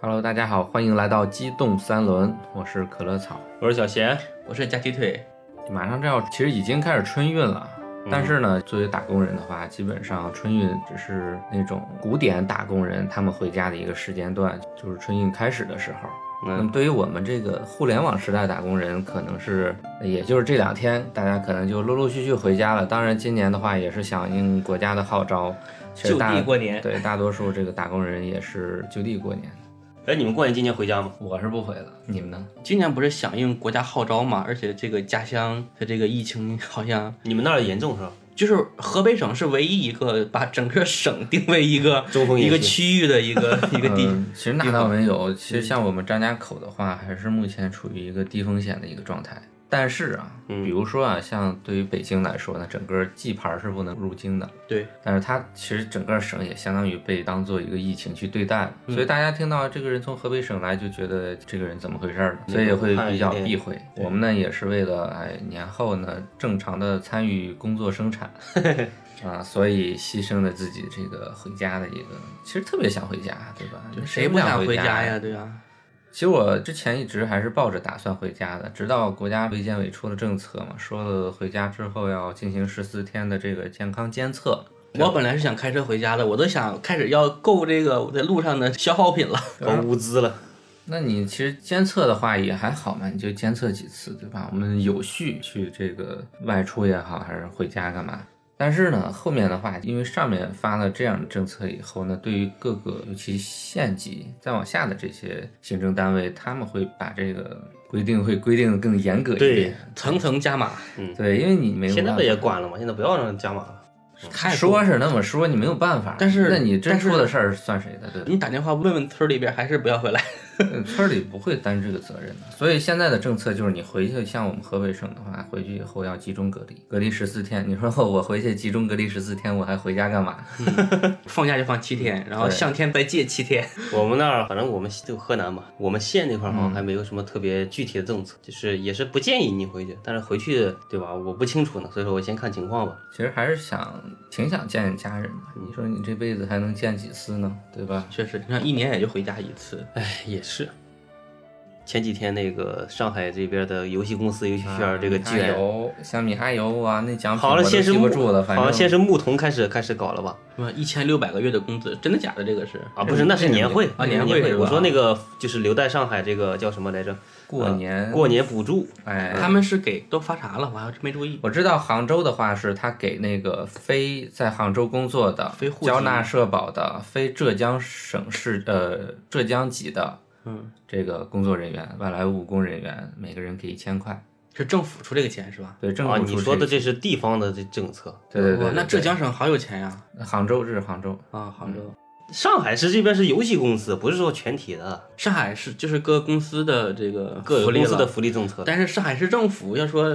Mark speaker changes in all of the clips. Speaker 1: Hello，大家好，欢迎来到机动三轮，我是可乐草。
Speaker 2: 我是小贤，
Speaker 3: 我是夹鸡腿，
Speaker 1: 马上就要，其实已经开始春运了。
Speaker 2: 嗯
Speaker 1: 但是呢，作为打工人的话，基本上春运只是那种古典打工人他们回家的一个时间段，就是春运开始的时候。那么
Speaker 2: 嗯
Speaker 1: 对于我们这个互联网时代打工人，可能是也就是这两天，大家可能就陆陆续续回家了。当然，今年的话也是响应国家的号召，其实
Speaker 3: 就
Speaker 1: 大
Speaker 3: 地过年。
Speaker 1: 对大多数这个打工人也是就地过年。
Speaker 2: 哎，你们过年今年回家吗？
Speaker 1: 我是不回了，你们呢？
Speaker 3: 今年不是响应国家号召嘛，而且这个家乡的这个疫情好像
Speaker 2: 你们那儿严 重是吧？
Speaker 3: 就是河北省是唯一一个把整个省定为一个
Speaker 2: 中风
Speaker 3: 一
Speaker 2: 也
Speaker 3: 个
Speaker 2: 是
Speaker 3: 区域的一个一个地。
Speaker 1: 嗯，其实那倒没有。其实像我们张家口的话，还是目前处于一个低风险的一个状态。但是啊，
Speaker 2: 嗯
Speaker 1: 比如说啊，像对于北京来说呢，整个冀牌是不能入京的。
Speaker 3: 对，
Speaker 1: 但是它其实整个省也相当于被当做一个疫情去对待了，所以大家听到这个人从河北省来，就觉得这个人怎么回事儿了，所以也会比较避讳。我们呢也是为了哎年后呢正常的参与工作生产，啊，所以牺牲了自己这个回家的一个，其实特别想回家，对吧？
Speaker 3: 谁
Speaker 1: 不
Speaker 3: 想
Speaker 1: 回
Speaker 3: 家呀？
Speaker 1: 呀？
Speaker 3: 对啊，
Speaker 1: 其实我之前一直还是抱着打算回家的，直到国家卫健委出了政策嘛，说了回家之后要进行十四天的这个健康监测。
Speaker 3: 我本来是想开车回家的，我都想开始要购这个我在路上的消耗品了。
Speaker 1: 啊
Speaker 2: 搞物资了，
Speaker 1: 那你其实监测的话也还好嘛，你就监测几次，对吧？我们有序去这个外出也好，还是回家干嘛？但是呢，后面的话，因为上面发了这样的政策以后呢，对于各个尤其县级再往下的这些行政单位，他们会把这个规定会规定得更严格一
Speaker 2: 对
Speaker 1: 点。
Speaker 3: 层层加码，
Speaker 1: 对，因为你没有
Speaker 2: 现在
Speaker 1: 办
Speaker 2: 不也
Speaker 1: 法
Speaker 2: 管了吗？现在不要让加码了，
Speaker 3: 太多
Speaker 1: 说是那么说，你没有办法。
Speaker 3: 但是
Speaker 1: 那你真
Speaker 3: 但是
Speaker 1: 出的事儿算谁的？对吧？
Speaker 3: 你打电话问问村里边，还是不要回来。
Speaker 1: 嗯村儿里不会担这个责任的，所以现在的政策就是你回去，像我们河北省的话，回去以后要集中隔离，隔离十四天。你说我回去集中隔离十四天，我还回家干嘛？
Speaker 3: 放假就放七天，然后
Speaker 1: 对
Speaker 3: 向天再借七天。
Speaker 2: 我们那儿反正我们就河南嘛，我们县那块儿
Speaker 1: 嗯
Speaker 2: 好像还没有什么特别具体的政策，就是也是不建议你回去，但是回去对吧？我不清楚呢，所以说我先看情况吧。
Speaker 1: 其实还是想挺想见见家人的。你说你这辈子还能见几次呢？对吧？
Speaker 3: 确实，你看一年也就回家一次。
Speaker 2: 哎，也是。前几天那个上海这边的游戏公司游戏
Speaker 1: 啊
Speaker 2: 圈这个
Speaker 1: 加
Speaker 2: 居然，
Speaker 1: 油，像米哈游啊，那奖品
Speaker 2: 好
Speaker 1: 我
Speaker 2: 像
Speaker 1: 都
Speaker 2: 先是
Speaker 1: 记
Speaker 2: 牧
Speaker 1: 不住了，，反
Speaker 2: 好
Speaker 1: 正
Speaker 2: 像先是牧童开始开始搞了吧？
Speaker 3: 什么一千六百个月的工资，真的假的？这个是
Speaker 2: 啊，不
Speaker 1: 嗯
Speaker 2: 是，那是年会
Speaker 3: 啊
Speaker 2: 那是
Speaker 3: 年
Speaker 2: 年
Speaker 3: 会是吧
Speaker 2: 我说那个就是留在上海这个叫什么来着？
Speaker 1: 过年
Speaker 2: 过年补助，
Speaker 1: 哎，
Speaker 3: 他们是给都发啥了？我还真没注意。
Speaker 1: 我知道杭州的话是他给那个非在杭州工作的、
Speaker 3: 非户籍
Speaker 1: 交纳社保的、非浙江省市呃浙江籍的
Speaker 3: 嗯，
Speaker 1: 这个工作人员、外来务工人员，每个人给一千块。
Speaker 3: 是政府出这个钱是吧？
Speaker 1: 对，政
Speaker 2: 啊，
Speaker 1: 府
Speaker 2: 你
Speaker 1: 出
Speaker 2: 说的
Speaker 1: 这
Speaker 2: 这是地方的这政策，
Speaker 1: 对对对
Speaker 3: 哇
Speaker 1: 对
Speaker 3: 那
Speaker 1: 对
Speaker 3: 浙江省好有钱呀！
Speaker 1: 杭州这是杭州，
Speaker 3: 啊，杭州、
Speaker 1: 嗯
Speaker 2: 上海市这边是游戏公司，不是说全体的
Speaker 3: 上海市就是各公司的这个
Speaker 2: 各
Speaker 3: 福
Speaker 2: 有
Speaker 3: 利
Speaker 2: 公
Speaker 3: 了
Speaker 2: 司的福利政策。
Speaker 3: 但是上海市政府要说，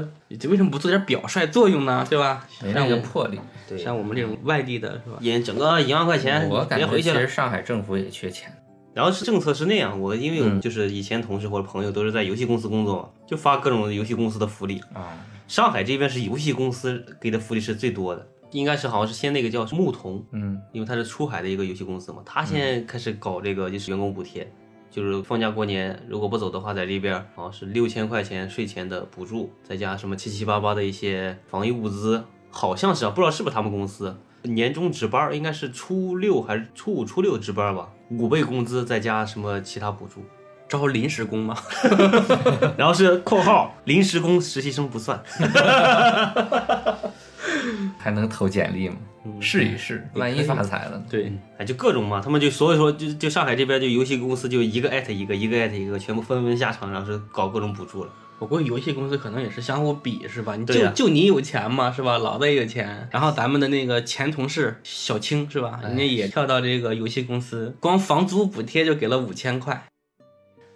Speaker 3: 为什么不做点表率作用呢？对吧？
Speaker 1: 没
Speaker 3: 像
Speaker 1: 那
Speaker 3: 我
Speaker 1: 个
Speaker 3: 们
Speaker 1: 魄力。
Speaker 2: 对，
Speaker 3: 像我们这种外地的是吧？
Speaker 2: 也整个一万块钱，
Speaker 1: 我
Speaker 2: 你
Speaker 1: 感
Speaker 2: 别
Speaker 1: 觉
Speaker 2: 回
Speaker 1: 其
Speaker 2: 去了
Speaker 1: 实。上海政府也缺钱。
Speaker 2: 然后是政策是那样，我因为
Speaker 1: 嗯
Speaker 2: 我就是以前同事或者朋友都是在游戏公司工作嘛，就发各种游戏公司的福利。
Speaker 1: 啊，
Speaker 2: 上海这边是游戏公司给的福利是最多的，应该是好像是先那个叫牧童，
Speaker 1: 嗯，
Speaker 2: 因为他是出海的一个游戏公司嘛，他现在开始搞这个就是员工补贴，就是放假过年如果不走的话，在这边儿好像是六千块钱税前的补助，再加什么七七八八的一些防疫物资，好像是啊，不知道是不是他们公司年终值班儿应该是初六还是初五、初六值班儿吧，五倍工资再加什么其他补助，
Speaker 3: 招临时工吗？
Speaker 2: 然后是括号临时工实习生不算，
Speaker 1: 还能投简历吗？试一试，万一发财了呢？
Speaker 3: 对，
Speaker 2: 哎，就各种嘛，他们就所以说就就上海这边就游戏公司就一个艾特一个，一个艾特一个，全部纷纷下场，然后是搞各种补助了。
Speaker 3: 我估计游戏公司可能也是相互比是吧？你就、
Speaker 2: 对呀
Speaker 3: 就你有钱嘛是吧？老子也有钱，然后咱们的那个前同事小青是吧？
Speaker 2: 哎
Speaker 3: 人家也跳到这个游戏公司，光房租补贴就给了五千块，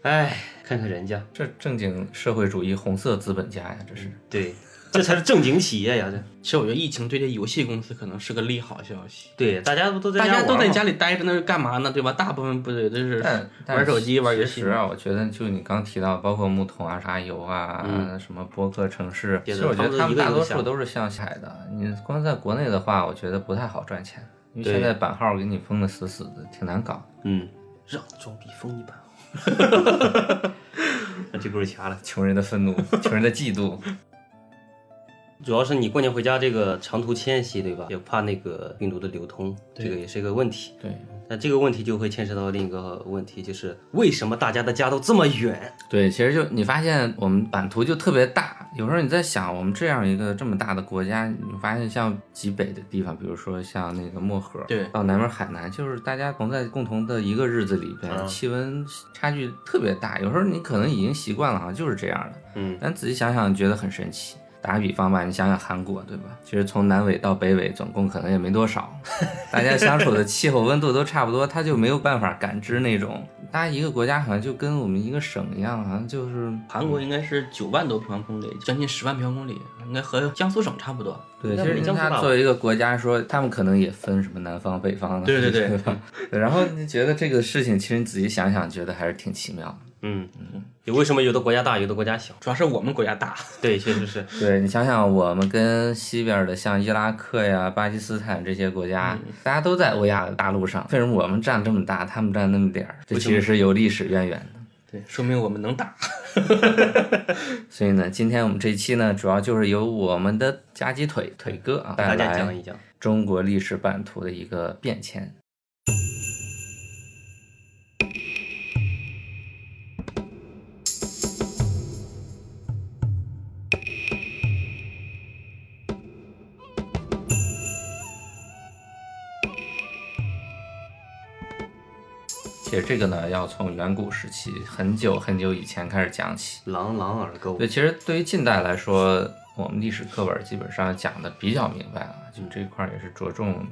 Speaker 2: 哎，看看人家，
Speaker 1: 这正经社会主义红色资本家呀，这是。
Speaker 2: 对，这才是正经企业呀！这
Speaker 3: 其实我觉得疫情对这游戏公司可能是个利好消息，
Speaker 2: 对大家不都在
Speaker 3: 大
Speaker 2: 家
Speaker 3: 家都在
Speaker 2: 玩吗
Speaker 3: 家里待着，那是干嘛呢？对吧？大部分不对，都是
Speaker 1: 但但
Speaker 3: 玩手机、玩游
Speaker 1: 其
Speaker 3: 戏
Speaker 1: 实。啊，我觉得就你刚提到，包括木桶啊、啥油啊、什么播客城市，其
Speaker 2: 对的
Speaker 1: 实我觉得他
Speaker 2: 他
Speaker 1: 们
Speaker 2: 们
Speaker 1: 大
Speaker 2: 一个
Speaker 1: 多
Speaker 2: 一个
Speaker 1: 数
Speaker 2: 下
Speaker 1: 都是向海的。你光在国内的话，我觉得不太好赚钱，因为
Speaker 2: 对
Speaker 1: 现在版号给你封的死死的，挺难搞。
Speaker 2: 嗯，让装逼疯一把。那这棍儿掐了，
Speaker 1: 穷人的愤怒， 穷人的嫉妒。
Speaker 2: 主要是你过年回家这个长途迁徙，对吧？也怕那个病毒的流通，这个也是一个问题。
Speaker 1: 对
Speaker 2: 那这个问题就会牵扯到另一个问题，就是为什么大家的家都这么远？
Speaker 1: 对，其实就你发现我们版图就特别大，有时候你在想，我们这样一个这么大的国家，你发现像极北的地方，比如说像那个漠河，
Speaker 3: 对
Speaker 1: 到南边海南，就是大家同在共同的一个日子里边，
Speaker 2: 嗯
Speaker 1: 气温差距特别大，有时候你可能已经习惯了，好像就是这样的。
Speaker 2: 嗯，
Speaker 1: 但仔细想想，觉得很神奇。打个比方吧，你想想韩国，对吧？其实从南纬到北纬，总共可能也没多少，大家相处的气候、温度都差不多，他就没有办法感知那种，大家一个国家好像就跟我们一个省一样，好像就是
Speaker 3: 韩国应该是九万多平方公里，将近十万平方公里，应该和江苏省差不多。
Speaker 1: 对，
Speaker 2: 那
Speaker 1: 其实
Speaker 2: 没江苏
Speaker 1: 他
Speaker 2: 大吧
Speaker 1: 作为一个国家说，他们可能也分什么南方、北方的，
Speaker 3: 对对对
Speaker 1: 吧对。然后你觉得这个事情，其实你仔细想想，觉得还是挺奇妙的。
Speaker 2: 嗯，有为什么有的国家大，有的国家小？
Speaker 3: 主要是我们国家大，
Speaker 2: 对，确实是。
Speaker 1: 对你想想，我们跟西边的像伊拉克呀、巴基斯坦这些国家，大家都在欧亚大陆上，为什么我们占这么大，他们占那么点儿？这其实是有历史渊源的。
Speaker 3: 对，说明我们能打。
Speaker 1: 所以呢，今天我们这一期呢，主要就是由我们的夹鸡腿腿哥啊带
Speaker 2: 大家讲
Speaker 1: 来
Speaker 2: 一讲，
Speaker 1: 中国历史版图的一个变迁。其实这个呢，要从远古时期很久很久以前开始讲起。
Speaker 2: 朗朗而歌舞
Speaker 1: 对，。其实对于近代来说，我们历史课本基本上讲的比较明白了，就
Speaker 2: 嗯
Speaker 1: 这块儿也是着 重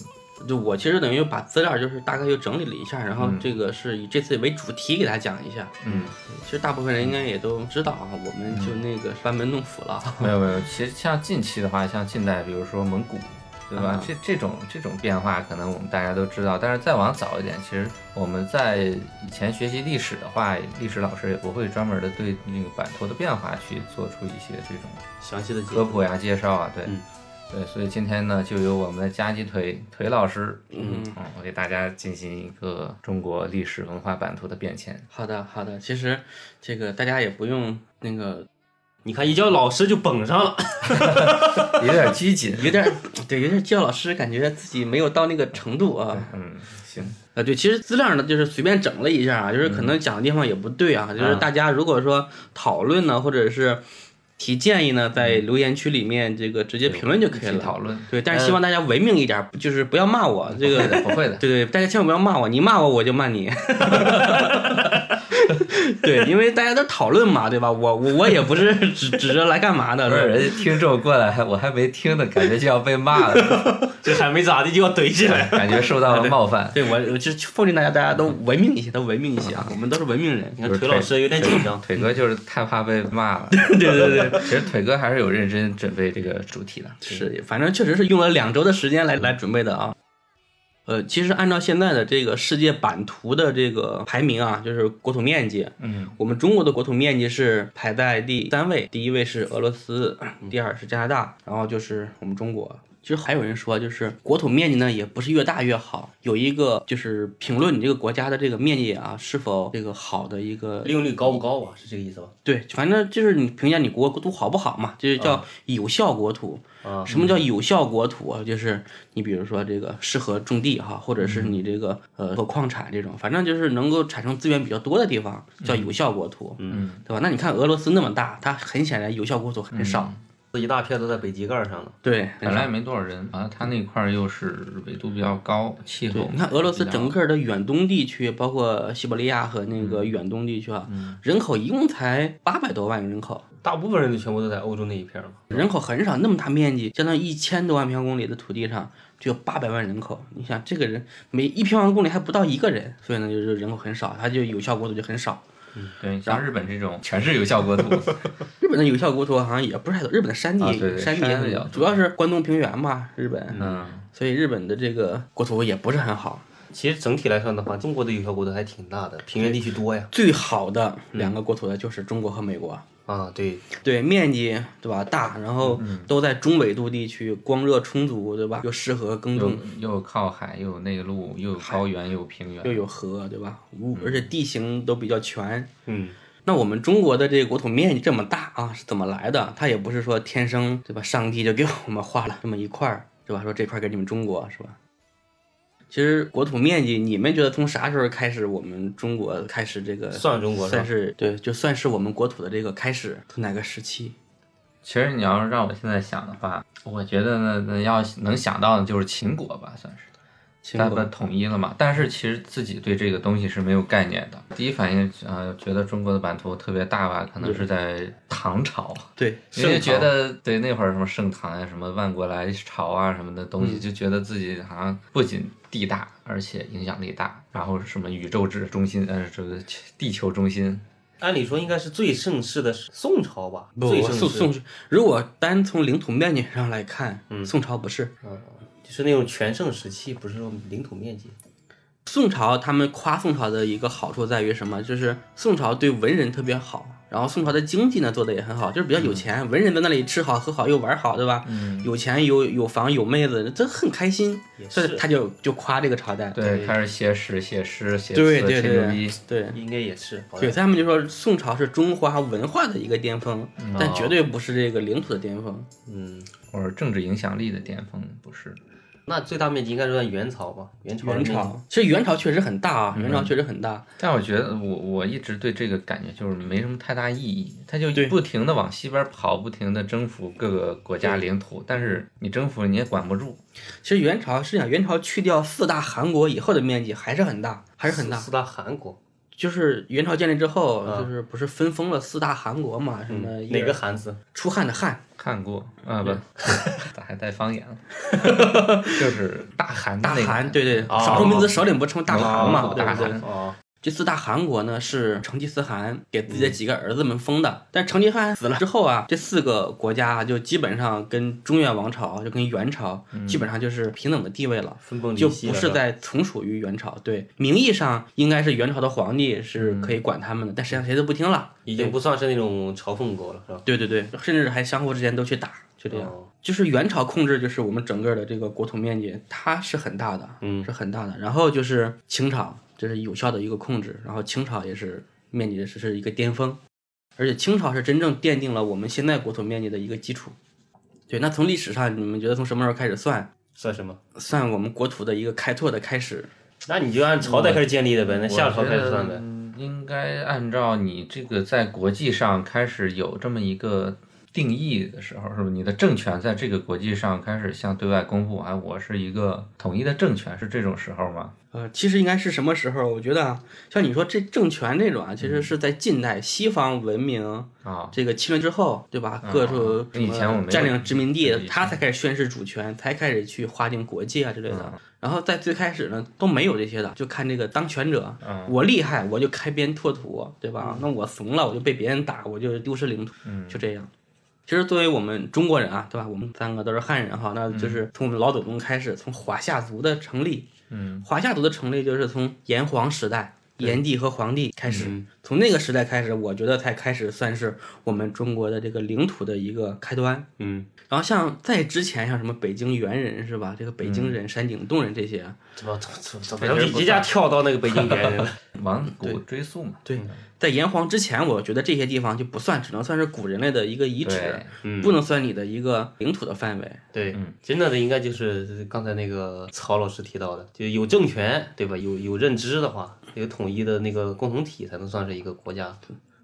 Speaker 3: 就我其实等于把资料就是大概又整理了一下，然后这个是以这次为主题给大家讲一下。
Speaker 1: 嗯，
Speaker 3: 其实大部分人应该也都知道啊，我们就那个班门弄斧了。
Speaker 1: 没有没有，其实像近期的话，像近代，比如说蒙古，对吧？
Speaker 3: 啊
Speaker 1: 这这种这种变化，可能我们大家都知道。但是再往早一点，其实我们在以前学习历史的话，历史老师也不会专门的对那个版图的变化去做出一些这种
Speaker 2: 详细的解
Speaker 1: 科普呀、介绍啊，对。
Speaker 2: 嗯
Speaker 1: 对，所以今天呢，就由我们的夹鸡腿腿老师，
Speaker 3: 嗯
Speaker 1: 嗯，我给大家进行一个中国历史文化版图的变迁。
Speaker 3: 好的，好的，其实这个大家也不用那个
Speaker 2: 你看，一叫老师就绷上了。
Speaker 1: 有点拘谨。啊
Speaker 3: 有点对，有点教老师感觉自己没有到那个程度啊。
Speaker 1: 嗯，行，
Speaker 3: 啊，对，其实资料呢就是随便整了一下啊，就是可能讲的地方也不对啊，就是大家如果说讨论呢，或者是提建议呢，在留言区里面这嗯个直接评论就可以
Speaker 1: 一起讨
Speaker 3: 了。
Speaker 1: 论。
Speaker 3: 对，但是希望大家文明一点，就是不要骂我 这个。
Speaker 1: 不 会的，
Speaker 3: 对对，大家千万不要骂我，你骂我我就骂你。 对，因为大家都讨论嘛，对吧？我我我也不是指指着来干嘛的，
Speaker 1: 不是
Speaker 3: 是吧
Speaker 1: 人家听众过来，还我还没听呢，感觉就要被骂了，
Speaker 2: 这还没咋的就要怼起来。
Speaker 1: 感觉受到了冒犯。
Speaker 3: 对我我就奉劝大家，大家都文明一些，都文明一些啊，我们都是文明人。
Speaker 2: 你看，腿老师有点紧张。
Speaker 1: 腿哥就是太怕被骂了。
Speaker 3: 对对对。
Speaker 1: 其实腿哥还是有认真准备这个主题的。
Speaker 3: 是，反正确实是用了两周的时间来来准备的啊。呃，其实按照现在的这个世界版图的这个排名啊，就是国土面积，
Speaker 1: 嗯，
Speaker 3: 我们中国的国土面积是排在第三位，第一位是俄罗斯，第二是加拿大，然后就是我们中国。其实还有人说，就是国土面积呢，也不是越大越好。有一个就是评论你这个国家的这个面积啊，是否这个好的一个
Speaker 2: 利用率高不高啊？是这个意思吧？
Speaker 3: 对，反正就是你评价你国国土好不好嘛，就是
Speaker 1: 嗯
Speaker 3: 叫有效国土。
Speaker 2: 啊
Speaker 3: 什么叫有效国土啊？就是你比如说这个适合种地哈，或者
Speaker 1: 嗯
Speaker 3: 是你这个呃做矿产这种，反正就是能够产生资源比较多的地方叫有效国土，嗯，对吧？那你看俄罗斯那么大，它很显然有效国土很少，
Speaker 2: 一大片都在北极盖上了。
Speaker 1: 嗯
Speaker 3: 对，很
Speaker 1: 本
Speaker 3: 少
Speaker 1: 来也没多少人，完了他那块儿又是纬度比较高，气候。
Speaker 3: 你看俄罗斯整个的远东地区，包括西伯利亚和那
Speaker 1: 嗯
Speaker 3: 个远东地区啊，人口一共才八百多万人口，
Speaker 2: 大部分人都全部都在欧洲那一片嘛。
Speaker 3: 人口很少，那么大面积，相当于一千多万平方公里的土地上，就有八百万人口。你想，这个人每一平方公里还不到一个人，所以呢，就是人口很少，它就有效国土就很少。
Speaker 1: 嗯对，像日本这种全是有效国 土，
Speaker 3: 日本的有效国土好像也不是太多，日本的山地、
Speaker 1: 啊对对
Speaker 3: 山地
Speaker 1: 山
Speaker 3: 很
Speaker 1: 比较
Speaker 3: 少
Speaker 1: 多
Speaker 3: 主要是关东平原嘛，日本，
Speaker 1: 嗯，
Speaker 3: 所以日本的这个国土也不是很好。
Speaker 2: 其实整体来看的话，中国的有效国土还挺大的，平原地区多呀。
Speaker 3: 最好的
Speaker 1: 嗯
Speaker 3: 两个国土的就是中国和美国，
Speaker 2: 啊，对，
Speaker 3: 对面积对吧大，然后
Speaker 1: 嗯
Speaker 3: 都在中纬度地区，光热充足对吧，又适合耕种，
Speaker 1: 又靠海，又有内陆，又有高原，又有平原
Speaker 3: 又。有河对吧，无而且地形都比较全。
Speaker 2: 嗯，
Speaker 3: 那我们中国的这个国土面积这么大啊，是怎么来的？它也不是说天生对吧，上帝就给我们画了这么一块儿对吧，说这块儿给你们中国是吧？其实国土面积，你们觉得从啥时候开始，我们中国开始这个
Speaker 2: 算中国是吧
Speaker 3: 算是对，就算是我们国土的这个开始，从哪个时期？
Speaker 1: 其实你要是让我现在想的话，我觉得呢，那要能想到的就是秦国吧，算是。
Speaker 3: 秦
Speaker 1: 大
Speaker 3: 国
Speaker 1: 部统一了嘛，但是其实自己对这个东西是没有概念的。第一反应，呃，觉得中国的版图特别大吧，可能是在唐朝，
Speaker 3: 对，
Speaker 1: 因为觉得对那会儿什么盛唐呀、什么万国来朝啊、什么的
Speaker 3: 嗯
Speaker 1: 东西，就觉得自己好像不仅地大，而且影响力大，然后什么宇宙之中心，呃，这个地球中心，
Speaker 2: 按理说应该是最盛世的是宋朝吧，
Speaker 3: 不
Speaker 2: 最
Speaker 3: 不
Speaker 2: 盛
Speaker 3: 宋
Speaker 2: 世
Speaker 3: 宋，如果单从领土面积上来看，
Speaker 2: 嗯
Speaker 3: 宋朝不是
Speaker 2: 就是那种全盛时期，不是说领土面积。
Speaker 3: 宋朝，他们夸宋朝的一个好处在于什么？就是宋朝对文人特别好，然后宋朝的经济呢做的也很好，就是比较
Speaker 2: 嗯
Speaker 3: 有钱，文人在那里吃好喝好又玩好，对吧？有钱有有房有妹子，这很开心，所以
Speaker 2: 是
Speaker 3: 他就就夸这个朝代。
Speaker 1: 对，开始写史、写诗、写
Speaker 3: 对
Speaker 1: 词、
Speaker 3: 对
Speaker 1: 吹牛逼
Speaker 3: 对，对。
Speaker 2: 应该也是，好
Speaker 3: 对，
Speaker 2: 像
Speaker 3: 他们就说宋朝是中华文化的一个巅峰，
Speaker 2: 哦
Speaker 3: 但绝对不是这个领土的巅峰。
Speaker 2: 嗯，
Speaker 1: 或者政治影响力的巅峰，不是？
Speaker 2: 那最大面积应该是在元朝吧？元朝的嗯
Speaker 3: 元
Speaker 2: 面积
Speaker 3: 朝其实元朝确实很大啊，元朝确实很大，
Speaker 1: 但我觉得我我一直对这个感觉就是没什么太大意义，它就
Speaker 3: 对
Speaker 1: 不停的往西边跑，不停的征服各个国家领土，但是你征服你也管不住，
Speaker 3: 其实元朝是讲元朝去掉四大汗国以后的面积还是很大，还是很
Speaker 2: 四
Speaker 3: 大。
Speaker 2: 四大汗国，
Speaker 3: 就是元朝建立之后，就是不是分封了四大汗国嘛？什么
Speaker 2: 嗯哪个汗字？
Speaker 3: 出汗的汗，
Speaker 1: 看过啊不，咋还带方言了？ 就是大韩的
Speaker 3: 大
Speaker 1: 那个
Speaker 3: 汗，对对，
Speaker 2: 哦
Speaker 3: 少数民族首领不称大汗
Speaker 1: 哦
Speaker 3: 嘛？
Speaker 1: 哦
Speaker 3: 对
Speaker 1: 大
Speaker 3: 不对
Speaker 1: 汗？
Speaker 2: 哦，
Speaker 3: 这四大汗国呢是成吉思汗给自己
Speaker 2: 嗯
Speaker 3: 的几个儿子们封的，但成吉思汗死了之后啊，这四个国家啊就基本上跟中原王朝就跟元朝基本上就是平等的地位了。
Speaker 2: 分嗯崩离
Speaker 3: 就
Speaker 2: 析
Speaker 3: 不
Speaker 2: 了
Speaker 3: 是
Speaker 2: 吧
Speaker 3: 在从属于元朝，对，名义上应该是元朝的皇帝
Speaker 2: 嗯
Speaker 3: 是可以管他们的，但实际上谁都不听了。
Speaker 2: 已经不算是那种朝奉国了，是吧？
Speaker 3: 对对对，甚至还相互之间都去打，就这样。
Speaker 2: 哦
Speaker 3: 就是元朝控制，就是我们整个的这个国土面积，它是很大的，
Speaker 2: 嗯
Speaker 3: 是很大的。然后就是清朝，这是有效的一个控制，然后清朝也是面积是是一个巅峰，而且清朝是真正奠定了我们现在国土面积的一个基础。对，那从历史上，你们觉得从什么时候开始算？
Speaker 2: 算什么？
Speaker 3: 算我们国土的一个开拓的开始，
Speaker 2: 那你就按朝代开始建立的呗，那
Speaker 1: 我
Speaker 2: 夏朝
Speaker 1: 觉
Speaker 2: 开始
Speaker 1: 得
Speaker 2: 算呗。
Speaker 1: 嗯应该按照你这个在国际上开始有这么一个定义的时候，是不是？你的政权在这个国际上开始向对外公布，哎，我是一个统一的政权，是这种时候吗？
Speaker 3: 呃，其实应该是什么时候？我觉得啊，像你说这政权这种啊，其实是在近代西方文明
Speaker 1: 嗯啊、
Speaker 3: 这个侵略之后，对吧？各处
Speaker 1: 以前我没有
Speaker 3: 占领殖民地
Speaker 1: 这个意，识
Speaker 3: 他才开始宣示主权，才开始去划定国界啊之类
Speaker 1: 嗯
Speaker 3: 的。然后在最开始呢，都没有这些的，就看这个当权者，
Speaker 1: 嗯
Speaker 3: 我厉害，我就开边拓土，对吧？那我怂了，我就被别人打，我就丢失领土，
Speaker 1: 嗯
Speaker 3: 就这样。其实作为我们中国人啊，对吧？我们三个都是汉人哈，那
Speaker 1: 嗯
Speaker 3: 就是从我们老祖宗开始，从华夏族的成立，嗯，华夏族的成立就是从炎黄时代。炎帝和黄帝开始，从那个时代开始，我觉得才开始算是我们中国的这个领土的一个开端。
Speaker 2: 嗯，
Speaker 3: 然后像在之前，像什么北京猿人是吧？这个北京人、山顶洞人这些，
Speaker 2: 怎么怎么怎么怎么一下跳到那个北京猿 人了？
Speaker 1: 往古追溯嘛，
Speaker 3: 对，在炎黄之前，我觉得这些地方就不算，只能算是古人类的一个遗址
Speaker 1: 对，
Speaker 3: 不能算你的一个领土的范围。
Speaker 2: 对，真正的应该就是刚才那个曹老师提到的，就有政权，对吧？有有认知的话，有统一的那个共同体，才能算是一个国家。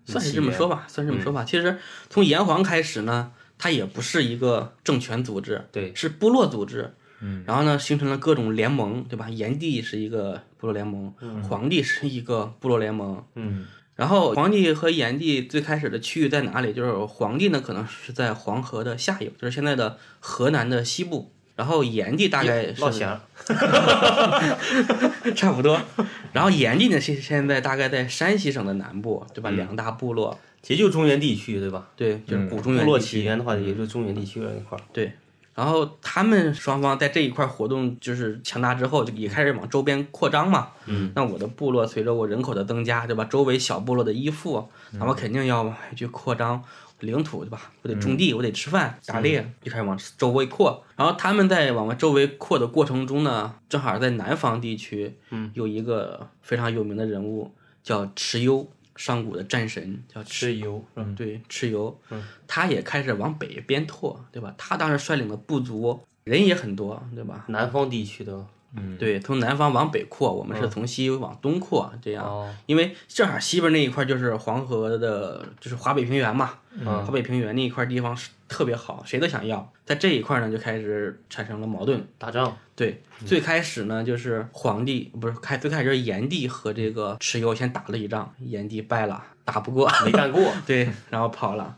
Speaker 3: 算是这么说吧，算
Speaker 2: 嗯
Speaker 3: 是这么说吧。其实从炎黄开始呢，它也不是一个政权组织，
Speaker 2: 对
Speaker 3: 是部落组织。嗯，然后呢，形成了各种联盟，对吧？炎帝是一个部落联盟，黄帝是一个部落联盟。
Speaker 2: 嗯，
Speaker 3: 然后黄帝和炎帝最开始的区域在哪里？就是黄帝呢，可能是在黄河的下游，就是现在的河南的西部。然后炎帝大概是
Speaker 2: 落翔，
Speaker 3: 差不多。然后炎帝呢，现现在大概在山西省的南部，对吧？两大部落，
Speaker 2: 嗯其实就是中原地区，对吧？嗯
Speaker 3: 嗯对，就是古中
Speaker 2: 部
Speaker 3: 原
Speaker 2: 落
Speaker 3: 地区
Speaker 2: 起源的话，也就是中原地区那块儿。
Speaker 3: 对，然然后他们双方在这一块活动就是强大之后，就也开始往周边扩张嘛。嗯，那我的部落随着我人口的增加，对吧？周围小部落的依附，那我肯定要往去扩张领土，对吧？我得种地，我得吃饭、打猎，就开始往周围扩。然后他们在往周围扩的过程中呢，正好在南方地区，嗯，有一个非常有名的人物叫蚩尤，上古的战神叫蚩
Speaker 2: 蚩尤，
Speaker 3: 嗯，对，蚩尤，他也开始往北边拓，对吧？他当时率领的部族人也很多，对吧？
Speaker 2: 南方地区的
Speaker 3: 对，从南方往北扩，我们是从西往东扩，这样，因为正好西边那一块就是黄河的，就是华北平原嘛，华北平原那一块地方是特别好，谁都想要。在这一块呢，就开始产生了矛盾。
Speaker 2: 打仗，
Speaker 3: 对，最开始呢，就是皇帝不是开，最开始就是炎帝和这个蚩尤先打了一仗，炎帝败了，打不过，
Speaker 2: 没 干过，
Speaker 3: 对，然后跑了。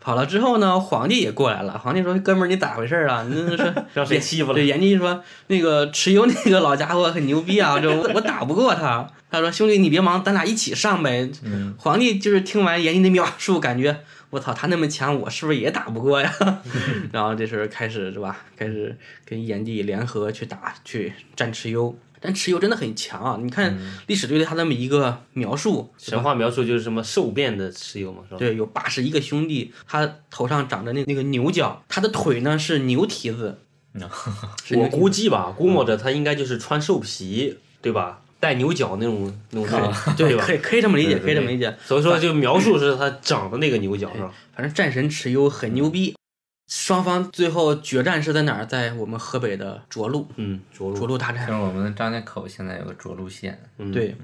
Speaker 3: 跑了之后呢，皇帝也过来了。皇帝说：“哥们儿，你咋回事儿啊？你那是
Speaker 2: 让谁欺负了
Speaker 3: 对，炎帝说：“那个蚩尤那个老家伙很牛逼啊，这我我打不过他。” 他说：“兄弟，你别忙，咱俩一起上呗。
Speaker 2: 嗯
Speaker 3: 皇帝就是听完炎帝的描述，感觉我操，他那么强，我是不是也打不过 呀？然后这时候开始是吧？开始跟炎帝联合去打，去战蚩尤。但蚩尤真的很强啊！你看
Speaker 2: 嗯
Speaker 3: 历史对他那么一个描述，
Speaker 2: 神话描述就是什么兽变的蚩尤嘛，是吧？
Speaker 3: 对，有八十一个兄弟，他头上长着那那个牛角，他的腿呢是牛蹄子，是
Speaker 2: 我
Speaker 3: 牛
Speaker 2: 估计吧，估摸着他应该就是穿兽皮，对吧？带牛角那种那种东西，
Speaker 3: 对，
Speaker 2: 吧？
Speaker 3: 可以可以这么理解，
Speaker 2: 对对
Speaker 3: 可以这么理解。
Speaker 2: 所以 说，就描述是他长的那个牛角，是吧？
Speaker 3: 反正战神蚩尤很牛逼，双方最后决战是在哪儿？在我们河北的涿鹿，
Speaker 2: 嗯，着
Speaker 3: 涿
Speaker 2: 陆。
Speaker 3: 鹿大
Speaker 1: 就
Speaker 3: 战，
Speaker 1: 是我们张家口现在有个涿鹿县，
Speaker 3: 对，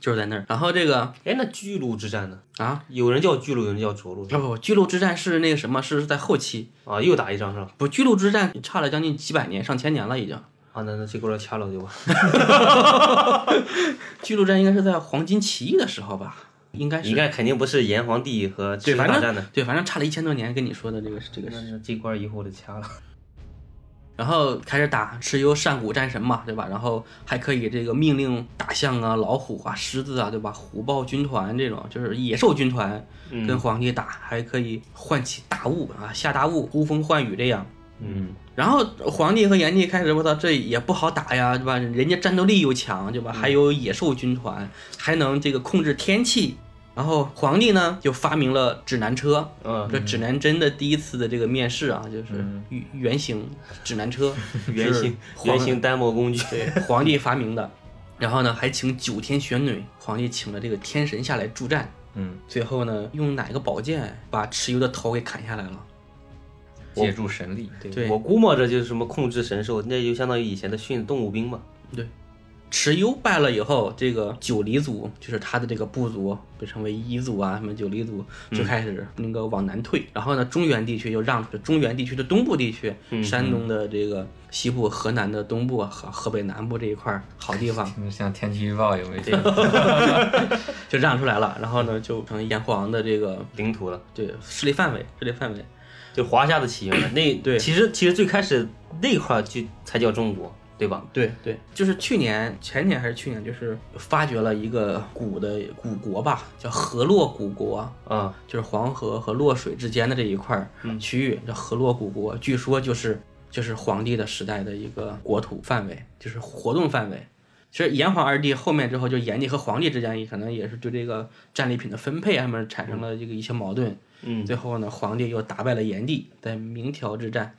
Speaker 3: 就是在那儿。然后这个
Speaker 2: 哎，那巨鹿之战呢？
Speaker 3: 啊，
Speaker 2: 有人叫巨鹿，有人叫着陆
Speaker 3: 啊不，巨鹿之战是那个什么，是在后期，
Speaker 2: 啊，又打一仗是吧？
Speaker 3: 不，巨鹿之战差了将近几百年，上千年了已经。
Speaker 2: 啊，那那这给我掐了对吧？
Speaker 3: 巨鹿战应该是在黄巾起义的时候吧，应该是
Speaker 2: 应该肯定不是炎黄帝和
Speaker 3: 对，
Speaker 2: 蚩尤
Speaker 3: 反
Speaker 2: 大战
Speaker 3: 正
Speaker 2: 的。
Speaker 3: 对，反正差了一千多年，跟你说的这个是这个是
Speaker 2: 那。那这块儿以后我就掐了。
Speaker 3: 然后开始打蚩尤上古战神嘛，对吧？然后还可以这个命令大象啊、老虎啊、狮子啊，对吧？虎豹军团这种就是野兽军团跟皇帝打，还可以唤起大雾啊，下大雾，呼风唤雨这样。
Speaker 2: 嗯，
Speaker 3: 然后皇帝和炎帝开始，我操，这也不好打呀，对吧？人家战斗力又强，对吧？还有野兽军团，还能这个控制天气。然后皇帝呢，就发明了指南车，
Speaker 2: 嗯
Speaker 3: 这指南针的第一次的这个面试啊，就是圆圆形指南车，
Speaker 2: 圆
Speaker 3: 是
Speaker 2: 形
Speaker 3: 皇
Speaker 2: 圆形单模工 具。
Speaker 3: 对， 皇帝发明的。然后呢，还请九天玄女，皇帝请了这个天神下来助战。
Speaker 1: 嗯，
Speaker 3: 最后呢，用哪个宝剑把蚩尤的头给砍下来了？
Speaker 1: 借助神力，对
Speaker 3: 对
Speaker 2: 我估摸着就是什么控制神兽，那就相当于以前的训动物兵嘛。
Speaker 3: 蚩尤败了以后，这个九黎族就是他的这个部族，被称为彝族啊，什么九黎族就开始嗯那个往南退。然后呢，中原地区又让出去，中原地区的东部地区，山东的这个西部、河南的东部和河北南部这一块儿好地方，
Speaker 1: 听着嗯像天气预报有没有？
Speaker 3: 就让出来了。然后呢，就成炎黄的这个
Speaker 2: 领土了，
Speaker 3: 对势力范围，势力范围。
Speaker 2: 就华夏的起源了。那
Speaker 3: 对
Speaker 2: 其实其实最开始那块儿就才叫中国，对吧？
Speaker 3: 对对，就是去年、前年还是去年，就是发掘了一个古的古国吧，叫河洛古国，
Speaker 2: 啊，
Speaker 3: 就是黄河和洛水之间的这一块儿
Speaker 2: 嗯
Speaker 3: 区域，叫河洛古国。据说就是就是皇帝的时代的一个国土范围，就是活动范围。其实炎黄二帝后面之后，就炎帝和黄帝之间也可能也是对这个战利品的分配啊，他们产生了这个一些矛盾。
Speaker 2: 嗯，
Speaker 3: 最后呢，皇帝又打败了炎帝，在明条之战，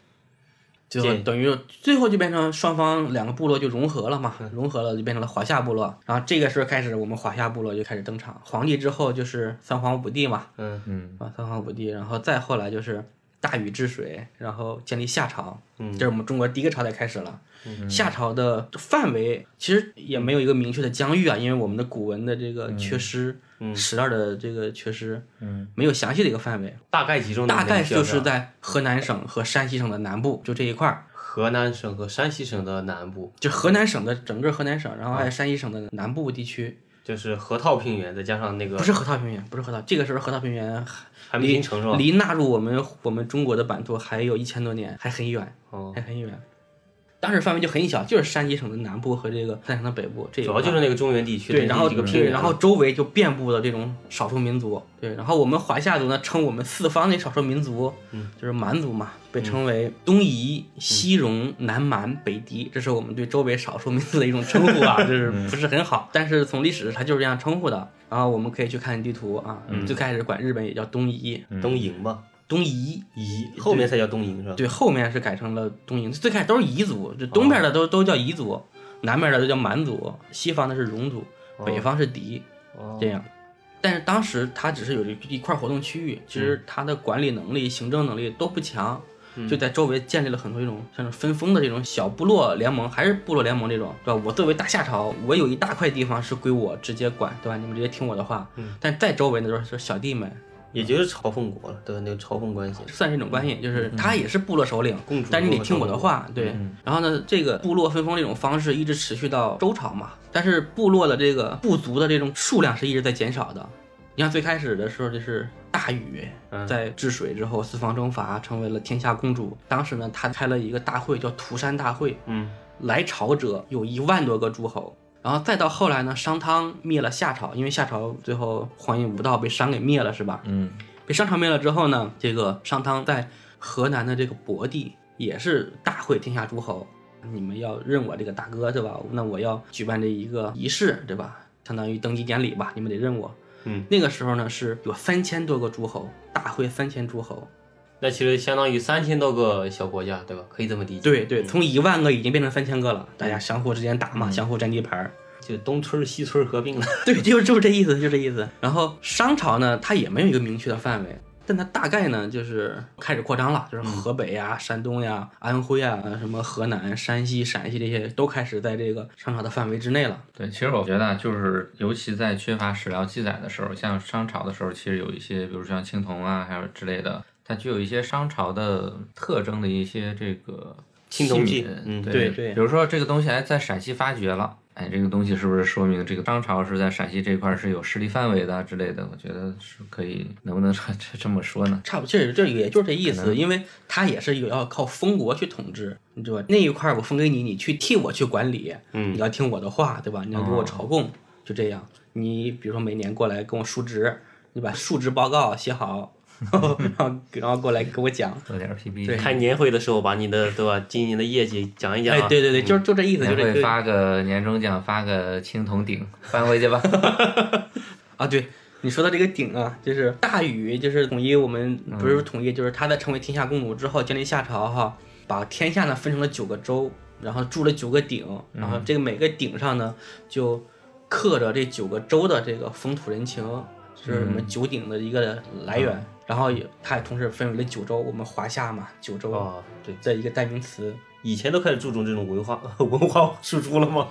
Speaker 3: 最后
Speaker 2: 对
Speaker 3: 等于最后就变成双方两个部落就融合了嘛，融合了就变成了华夏部落。然后这个时候开始，我们华夏部落就开始登场。皇帝之后就是三皇五帝嘛，
Speaker 2: 嗯
Speaker 1: 嗯，
Speaker 3: 啊，三皇五帝，然后再后来就是大禹治水，然后建立夏朝，嗯，这是我们中国第一个朝代开始了。
Speaker 2: 嗯
Speaker 3: 嗯夏朝的范围其实也没有一个明确的疆域啊，因为我们的古文的这
Speaker 2: 嗯
Speaker 3: 个缺失，史料的这个缺失，嗯，没有详细的一个范围。
Speaker 2: 大概集中的
Speaker 3: 大概
Speaker 2: 那个地儿
Speaker 3: 就是在河南省和山西省的南部，就这一块儿，
Speaker 2: 河南省和山西省的南部，
Speaker 3: 就河南省的整个河南省，然后还
Speaker 2: 啊
Speaker 3: 有山西省的南部地区，
Speaker 2: 就是河套平原，再加上那个
Speaker 3: 不是河套平原，不是河套，这个时候河套平原
Speaker 2: 还没形成是吧？
Speaker 3: 离纳入我们我们中国的版图还有一千多年，还很远，
Speaker 2: 哦
Speaker 3: 还很远。当时范围就很小，就是山西省的南部和这个山西省的北部这一
Speaker 2: 主要
Speaker 3: 块
Speaker 2: 就是那个中原地区的
Speaker 3: 对，
Speaker 2: 这
Speaker 3: 然后
Speaker 2: 这个平
Speaker 3: 对，
Speaker 2: 原，
Speaker 3: 然后周围就遍布了这种少数民族。对，然后我们华夏族呢，称我们四方的少数民族，
Speaker 2: 嗯，
Speaker 3: 就是蛮族嘛，被称为东夷、西戎、南蛮、北
Speaker 2: 嗯
Speaker 3: 狄，这是我们对周围少数民族的一种称呼 啊，就是不是很好，但是从历史它就是这样称呼的。然后我们可以去看地图啊，
Speaker 2: 嗯
Speaker 3: 最开始管日本也叫东夷，
Speaker 2: 东
Speaker 3: 嗯
Speaker 2: 瀛吧，
Speaker 3: 东夷。
Speaker 2: 夷后面才叫东瀛是吧？
Speaker 3: 对，后面是改成了东夷，最开始都是彝族，这东边的都、都叫彝族，南边的都叫蛮族，西方的是戎族，北方是狄。
Speaker 2: 哦，
Speaker 3: 这样。但是当时它只是有一一块活动区域，其实它的管理能力、行政能力都不强，就在周围建立了很多这种像是分封的这种小部落联盟，还是部落联盟这种，对吧？我作为大夏朝，我有一大块地方是归我直接管，对吧？你们直接听我的话。但在周围那都是小弟们，
Speaker 2: 也就是朝奉国了，对，那个朝奉关系。
Speaker 3: 算是一种关系，就是他也是部落首领，
Speaker 2: 共主
Speaker 3: 但是你得
Speaker 2: 和
Speaker 3: 听我
Speaker 2: 少
Speaker 3: 的
Speaker 2: 主
Speaker 3: 话，对。然后呢，这个部落分封这种方式一直持续到周朝嘛，但是部落的这个部族的这种数量是一直在减少的。你像最开始的时候，就是大禹在治水之后四方征伐，成为了天下公主。当时呢，他开了一个大会，叫涂山大会，
Speaker 2: 嗯，
Speaker 3: 来朝者有一万多个诸侯。然后再到后来呢，商汤灭了夏朝，因为夏朝最后荒淫无道被商给灭了，是吧？
Speaker 1: 嗯
Speaker 3: 被商朝灭了之后呢，这个商汤在河南的这个博地也是大会天下诸侯，你们要认我这个大哥对吧？那我要举办这一个仪式对吧？相当于登基典礼吧，你们得认我。
Speaker 2: 嗯，
Speaker 3: 那个时候呢是有三千多个诸侯，大会三千诸侯，
Speaker 2: 那其实相当于三千多个小国家，对吧？可以这么理解。嗯
Speaker 3: 对对，从一万个已经变成三千个了，大家相互之间打嘛，相互占地盘儿。
Speaker 2: 就东村儿西村儿合并了。
Speaker 3: 对，就是就是这意思，就这意思。然后商朝呢，它也没有一个明确的范围，但它大概呢就是开始扩张了，就是河北呀、山东呀、安徽啊、什么河南、山西、陕西这些都开始在这个商朝的范围之内了。
Speaker 1: 对，其实我觉得啊就是，尤其在缺乏史料记载的时候，像商朝的时候，其实有一些，比如像青铜啊，还有之类的，它具有一些商朝的特征的一些这个
Speaker 2: 青铜器
Speaker 1: 器皿
Speaker 2: 嗯
Speaker 3: 对对
Speaker 1: 比如说这个东西还在陕西发掘了。哎，这个东西是不是说明这个商朝是在陕西这块儿是有势力范围的啊之类的？我觉得是可以，能不能这这这么说呢？
Speaker 3: 差不多，这这也就是这意思，因为它也是有要靠封国去统治，你知道吧？那一块儿我分给你，你去替我去管理，嗯，你要听我的话，对吧？你要给我朝贡，就这样。你比如说每年过来跟我述职，你把述职报告写好， 然后然后过来给我讲。
Speaker 1: 做点 PPT，
Speaker 2: 开年会的时候把你的对吧，今年的业绩讲一讲
Speaker 3: 哎
Speaker 2: 啊。，
Speaker 3: 对对对，就是就这意思，就
Speaker 1: 年
Speaker 3: 这
Speaker 1: 会
Speaker 3: 就
Speaker 1: 发个年终奖，发个青铜鼎，搬回去吧。
Speaker 3: 啊，对。你说到这个鼎啊，就是大禹，就是统一我们
Speaker 2: 嗯
Speaker 3: 不是统一，就是他在成为天下公主之后建立夏朝哈，把天下呢分成了九个州，然后铸了九个鼎，然
Speaker 2: 嗯
Speaker 3: 后这个每个鼎上呢就刻着这九个州的这个风土人情，就是我们
Speaker 2: 嗯
Speaker 3: 九鼎的一个来源。然后也，它也同时分为了九州，我们华夏嘛，九州
Speaker 2: 啊，对，
Speaker 3: 这一个代名词，
Speaker 2: 以前都开始注重这种文化 文化输出了吗？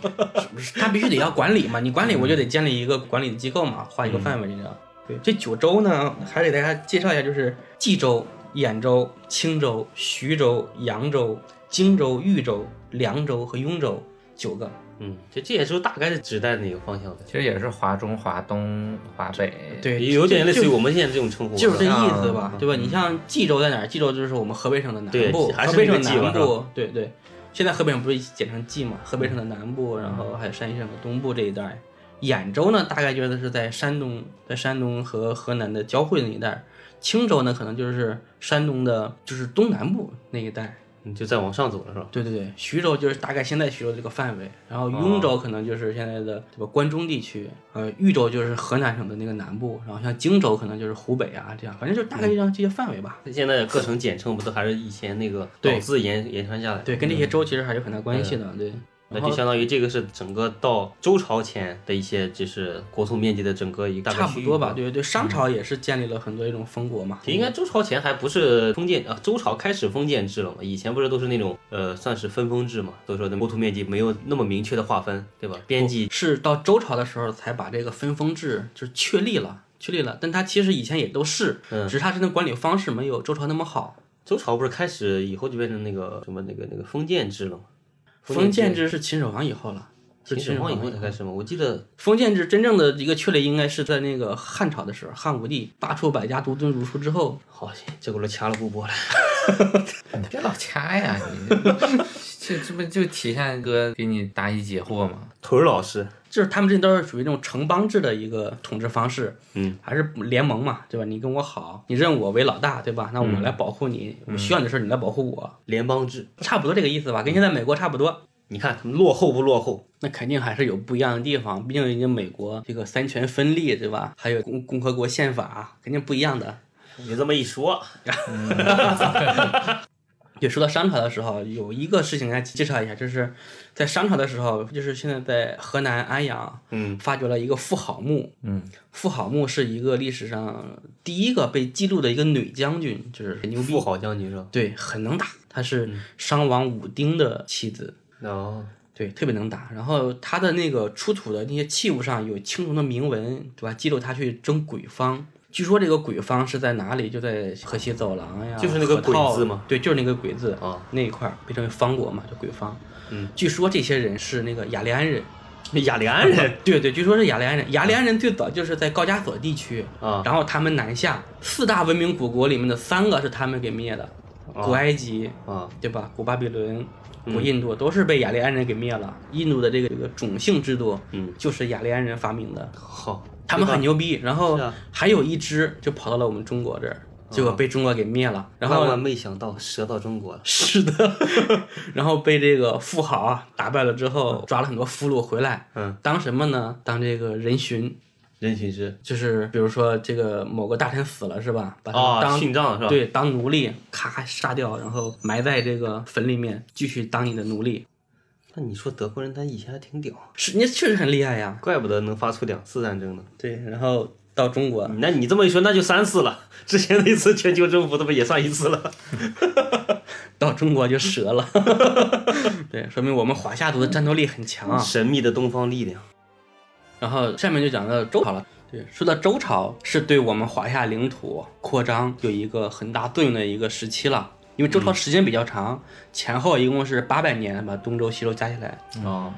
Speaker 3: 他必须得要管理嘛，你管理
Speaker 2: 嗯
Speaker 3: 我就得建立一个管理机构嘛，画一个范围这样。对，这九州呢，还是给大家介绍一下，就是冀州、兖州、青州、徐州、扬州、荆州、豫州、凉州和雍州九个。
Speaker 2: 嗯，这这也是大概是指代哪个方向的，
Speaker 1: 其实也是华中、华东、华北，
Speaker 3: 对，
Speaker 2: 也有点类似于
Speaker 3: 就
Speaker 2: 我们现在这种称呼，
Speaker 3: 就是这
Speaker 2: 吧
Speaker 3: 意思吧，对吧？你像冀州在哪儿？冀州就是我们河北省的南
Speaker 2: 嗯对
Speaker 3: 部，
Speaker 2: 还是
Speaker 3: 河北
Speaker 2: 那
Speaker 3: 省
Speaker 2: 个冀吧
Speaker 3: 南
Speaker 2: 是吧
Speaker 3: 部，对对。现在河北省不是简称冀嘛？河北省的南部，然
Speaker 2: 嗯
Speaker 3: 后还有山西省的东部这一带。兖州呢，大概就是是在山东，在山东和河南的交汇那一带。青州呢，可能就是山东的，就是东南部那一带。
Speaker 2: 嗯就再往上走了是吧？哦
Speaker 3: 对对对，徐州就是大概现在徐州这个范围，然后雍州可能就是现在的对吧关中地区，呃，豫州就是河南省的那个南部，然后像荆州可能就是湖北啊这样，反正就是大概就像这些范围吧。
Speaker 2: 现在各省简称不都还是以前那个
Speaker 3: 对
Speaker 2: 老字延延传下来的？
Speaker 3: 对，跟这些州其实还是有很大关系的。对，
Speaker 2: 那就相当于这个是整个到周朝前的一些，就是国土面积的整个一个大
Speaker 3: 差
Speaker 2: 概区
Speaker 3: 不
Speaker 2: 域嗯
Speaker 3: 多吧。。对对，商朝也是建立了很多一种封国嘛。
Speaker 2: 应该周朝前还不是封建啊，周朝开始封建制了嘛？以前不是都是那种呃，算是分封制嘛，所以说的国土面积没有那么明确的划分，对吧？边际
Speaker 3: 是到周朝的时候才把这个分封制就是确立了，确立了。但它其实以前也都是，
Speaker 2: 嗯
Speaker 3: 只是它真的管理方式没有周朝那么好。
Speaker 2: 周朝不是开始以后就变成那个什么那个那个封建制了嘛？
Speaker 3: 封建制是秦始皇以后了，是
Speaker 2: 秦始皇以后才开始嘛？我记得
Speaker 3: 封建制真正的一个确立应该是在那个汉朝的时候，汉武帝罢黜百家，独尊儒术之后，
Speaker 2: 好，这轱辘掐了不播了。
Speaker 1: 你别老掐呀，你这这不就体现哥给你答疑解惑吗？
Speaker 2: 腿儿老师，
Speaker 3: 就是他们这都是属于那种城邦制的一个统治方式，
Speaker 2: 嗯，
Speaker 3: 还是联盟嘛，对吧？你跟我好，你认我为老大，对吧？那我来保护你，我需要你的时候你来保护我，
Speaker 2: 联邦制，
Speaker 3: 差不多这个意思吧，跟现在美国差不多。
Speaker 2: 你看他们落后不落后？
Speaker 3: 那肯定还是有不一样的地方，毕竟人家美国这个三权分立，对吧？还有共共和国宪法，肯定不一样的。
Speaker 2: 你这么一说，
Speaker 3: 对，说到商朝的时候，有一个事情来介绍一下，就是在商朝的时候，就是现在在河南安阳，
Speaker 2: 嗯，
Speaker 3: 发掘了一个妇好墓。
Speaker 1: 嗯，
Speaker 3: 妇好墓是一个历史上第一个被记录的一个女将军，就是很牛逼
Speaker 2: 富，豪将军是吧？
Speaker 3: 对，很能打。她是商王武丁的妻子，
Speaker 2: 哦，
Speaker 3: 对，特别能打。然后他的那个出土的那些器物上有青铜的铭文，对吧？记录他去征鬼方。据说这个鬼方是在哪里？就在河西走廊呀，
Speaker 2: 就是那个
Speaker 3: 河套
Speaker 2: 鬼字吗？
Speaker 3: 对，就是那个鬼字
Speaker 2: 啊，
Speaker 3: 那一块儿被称为方国嘛，叫鬼方。
Speaker 2: 嗯，
Speaker 3: 据说这些人是那个雅利安人，
Speaker 2: 雅利安人
Speaker 3: 对对，据说是雅利安人。雅利安人最早就是在高加索地区，
Speaker 2: 啊，
Speaker 3: 然后他们南下，四大文明古国里面的三个是他们给灭的，古埃及，
Speaker 2: 啊，
Speaker 3: 对吧？古巴比伦、
Speaker 2: 嗯
Speaker 3: 古印度都是被雅利安人给灭了。印度的这个这个种姓制度，
Speaker 2: 嗯，
Speaker 3: 就是雅利安人发明的，
Speaker 2: 好，
Speaker 3: 他们很
Speaker 2: 牛，
Speaker 3: 牛逼。然后
Speaker 2: 是啊哦
Speaker 3: 还有一支就跑到了我们中国这儿，结果被中国给灭了。然
Speaker 2: 万万
Speaker 3: 后
Speaker 2: 没想到蛇到中国了，
Speaker 3: 是的，然后被这个富豪啊打败了之后，抓了很多俘虏回来，
Speaker 2: 嗯，
Speaker 3: 当什么呢？当这个人巡。
Speaker 2: 人群之
Speaker 3: 就是比如说这个某个大臣死了是吧？把他
Speaker 2: 啊，
Speaker 3: 当
Speaker 2: 殉葬是吧？，
Speaker 3: 对，当奴隶，咔杀掉，然后埋在这个坟里面，继续当你的奴隶。
Speaker 2: 那你说德国人他以前还挺屌，啊
Speaker 3: 是，人家确实很厉害呀。
Speaker 2: 怪不得能发出两次战争呢。
Speaker 3: 对，然后到中国，
Speaker 2: 那你这么一说，那就三次了。之前那次全球征服，他不也算一次了？
Speaker 3: 到中国就折了。 对，说明我们华夏族的战斗力很强啊。
Speaker 2: 神秘的东方力量，
Speaker 3: 然后下面就讲到周朝了。对，说到周朝，是对我们华夏领土扩张有一个很大作用的一个时期了。因为周朝时间比较长，前后一共是八百年，把东周、西周加起来，
Speaker 1: 哦，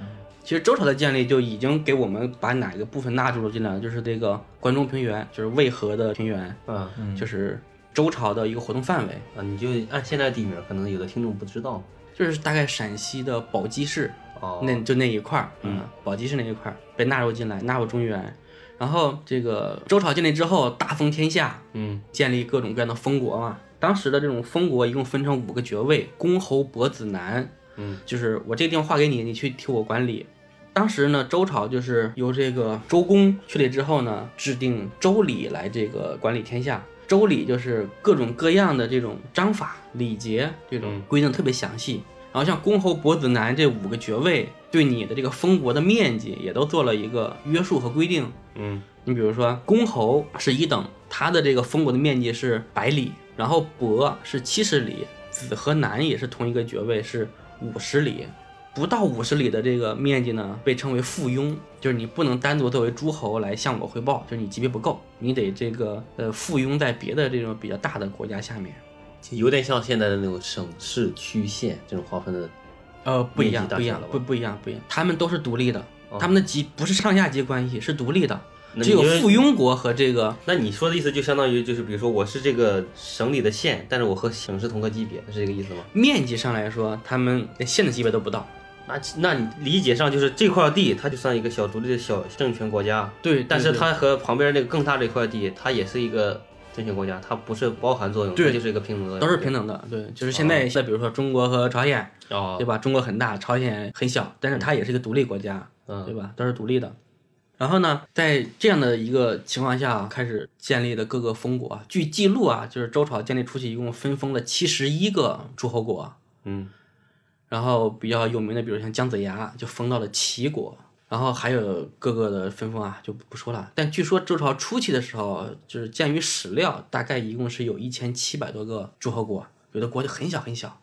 Speaker 3: 其实周朝的建立就已经给我们把哪个部分纳入了进来了，就是这个关中平原，就是渭河的平原，
Speaker 2: 啊
Speaker 3: 就是周朝的一个活动范围，
Speaker 2: 啊！你就按现在地名，可能有的听众不知道。
Speaker 3: 就是大概陕西的宝鸡市，
Speaker 2: 哦，
Speaker 3: 那就那一块儿，嗯，宝鸡市那一块儿被纳入进来，纳入中原。然后这个周朝建立之后，大封天下，
Speaker 2: 嗯
Speaker 3: 建立各种各样的封国嘛。当时的这种封国一共分成五个爵位：公侯伯子男，
Speaker 2: 嗯，
Speaker 3: 就是我这个地方划给你，你去替我管理。当时呢，周朝就是由这个周公确立之后呢，制定周礼来这个管理天下。周礼就是各种各样的这种章法、礼节这种
Speaker 2: 嗯
Speaker 3: 规定特别详细。然后像公侯伯子男这五个爵位，对你的这个封国的面积也都做了一个约束和规定。
Speaker 2: 嗯
Speaker 3: 你比如说，公侯是一等，他的这个封国的面积是百里，然后伯是七十里，子和男也是同一个爵位，是五十里。不到五十里的这个面积呢，被称为附庸，就是你不能单独作为诸侯来向我汇报，就是你级别不够，你得这个呃附庸在别的这种比较大的国家下面。
Speaker 2: 就有点像现在的那种省市区县这种划分的。
Speaker 3: 呃，不一样，
Speaker 2: 哦面积大
Speaker 3: 不一
Speaker 2: 小
Speaker 3: 样
Speaker 2: 了，吧
Speaker 3: 不不一样，不一样，他们都是独立的，他们的级不是上下级关系，是独立的，
Speaker 2: 哦那
Speaker 3: 只有
Speaker 2: 你觉得
Speaker 3: 附庸国和这个
Speaker 2: 那你说的意思就相当于就是，比如说我是这个省里的县，但是我和省是同个级别，是这个意思吗？
Speaker 3: 面积上来说，他们连县的级别都不到。
Speaker 2: 那那你理解上就是这块地，它就算一个小独立的小政权国家，
Speaker 3: 对，
Speaker 2: 但是
Speaker 3: 对
Speaker 2: 它和旁边那个更大的一块地，它也是一个政权国家，它不是包含作用，
Speaker 3: 对
Speaker 2: 它就是一个平等作用，
Speaker 3: 对都是平等的。对，就是现在在比如说中国和朝鲜，
Speaker 2: 哦，
Speaker 3: 对吧？中国很大，朝鲜很小，但是它也是一个独立国家，
Speaker 2: 嗯
Speaker 3: 对吧？都是独立的。然后呢，在这样的一个情况下，啊开始建立的各个封国。据记录啊，就是周朝建立初期一共分封了七十一个诸侯国，啊
Speaker 2: 嗯，
Speaker 3: 然后比较有名的，比如像姜子牙就封到了齐国，然后还有各个的分封啊，就不说了。但据说周朝初期的时候，就是鉴于史料，大概一共是有一千七百多个诸侯国，有的国就很小很小。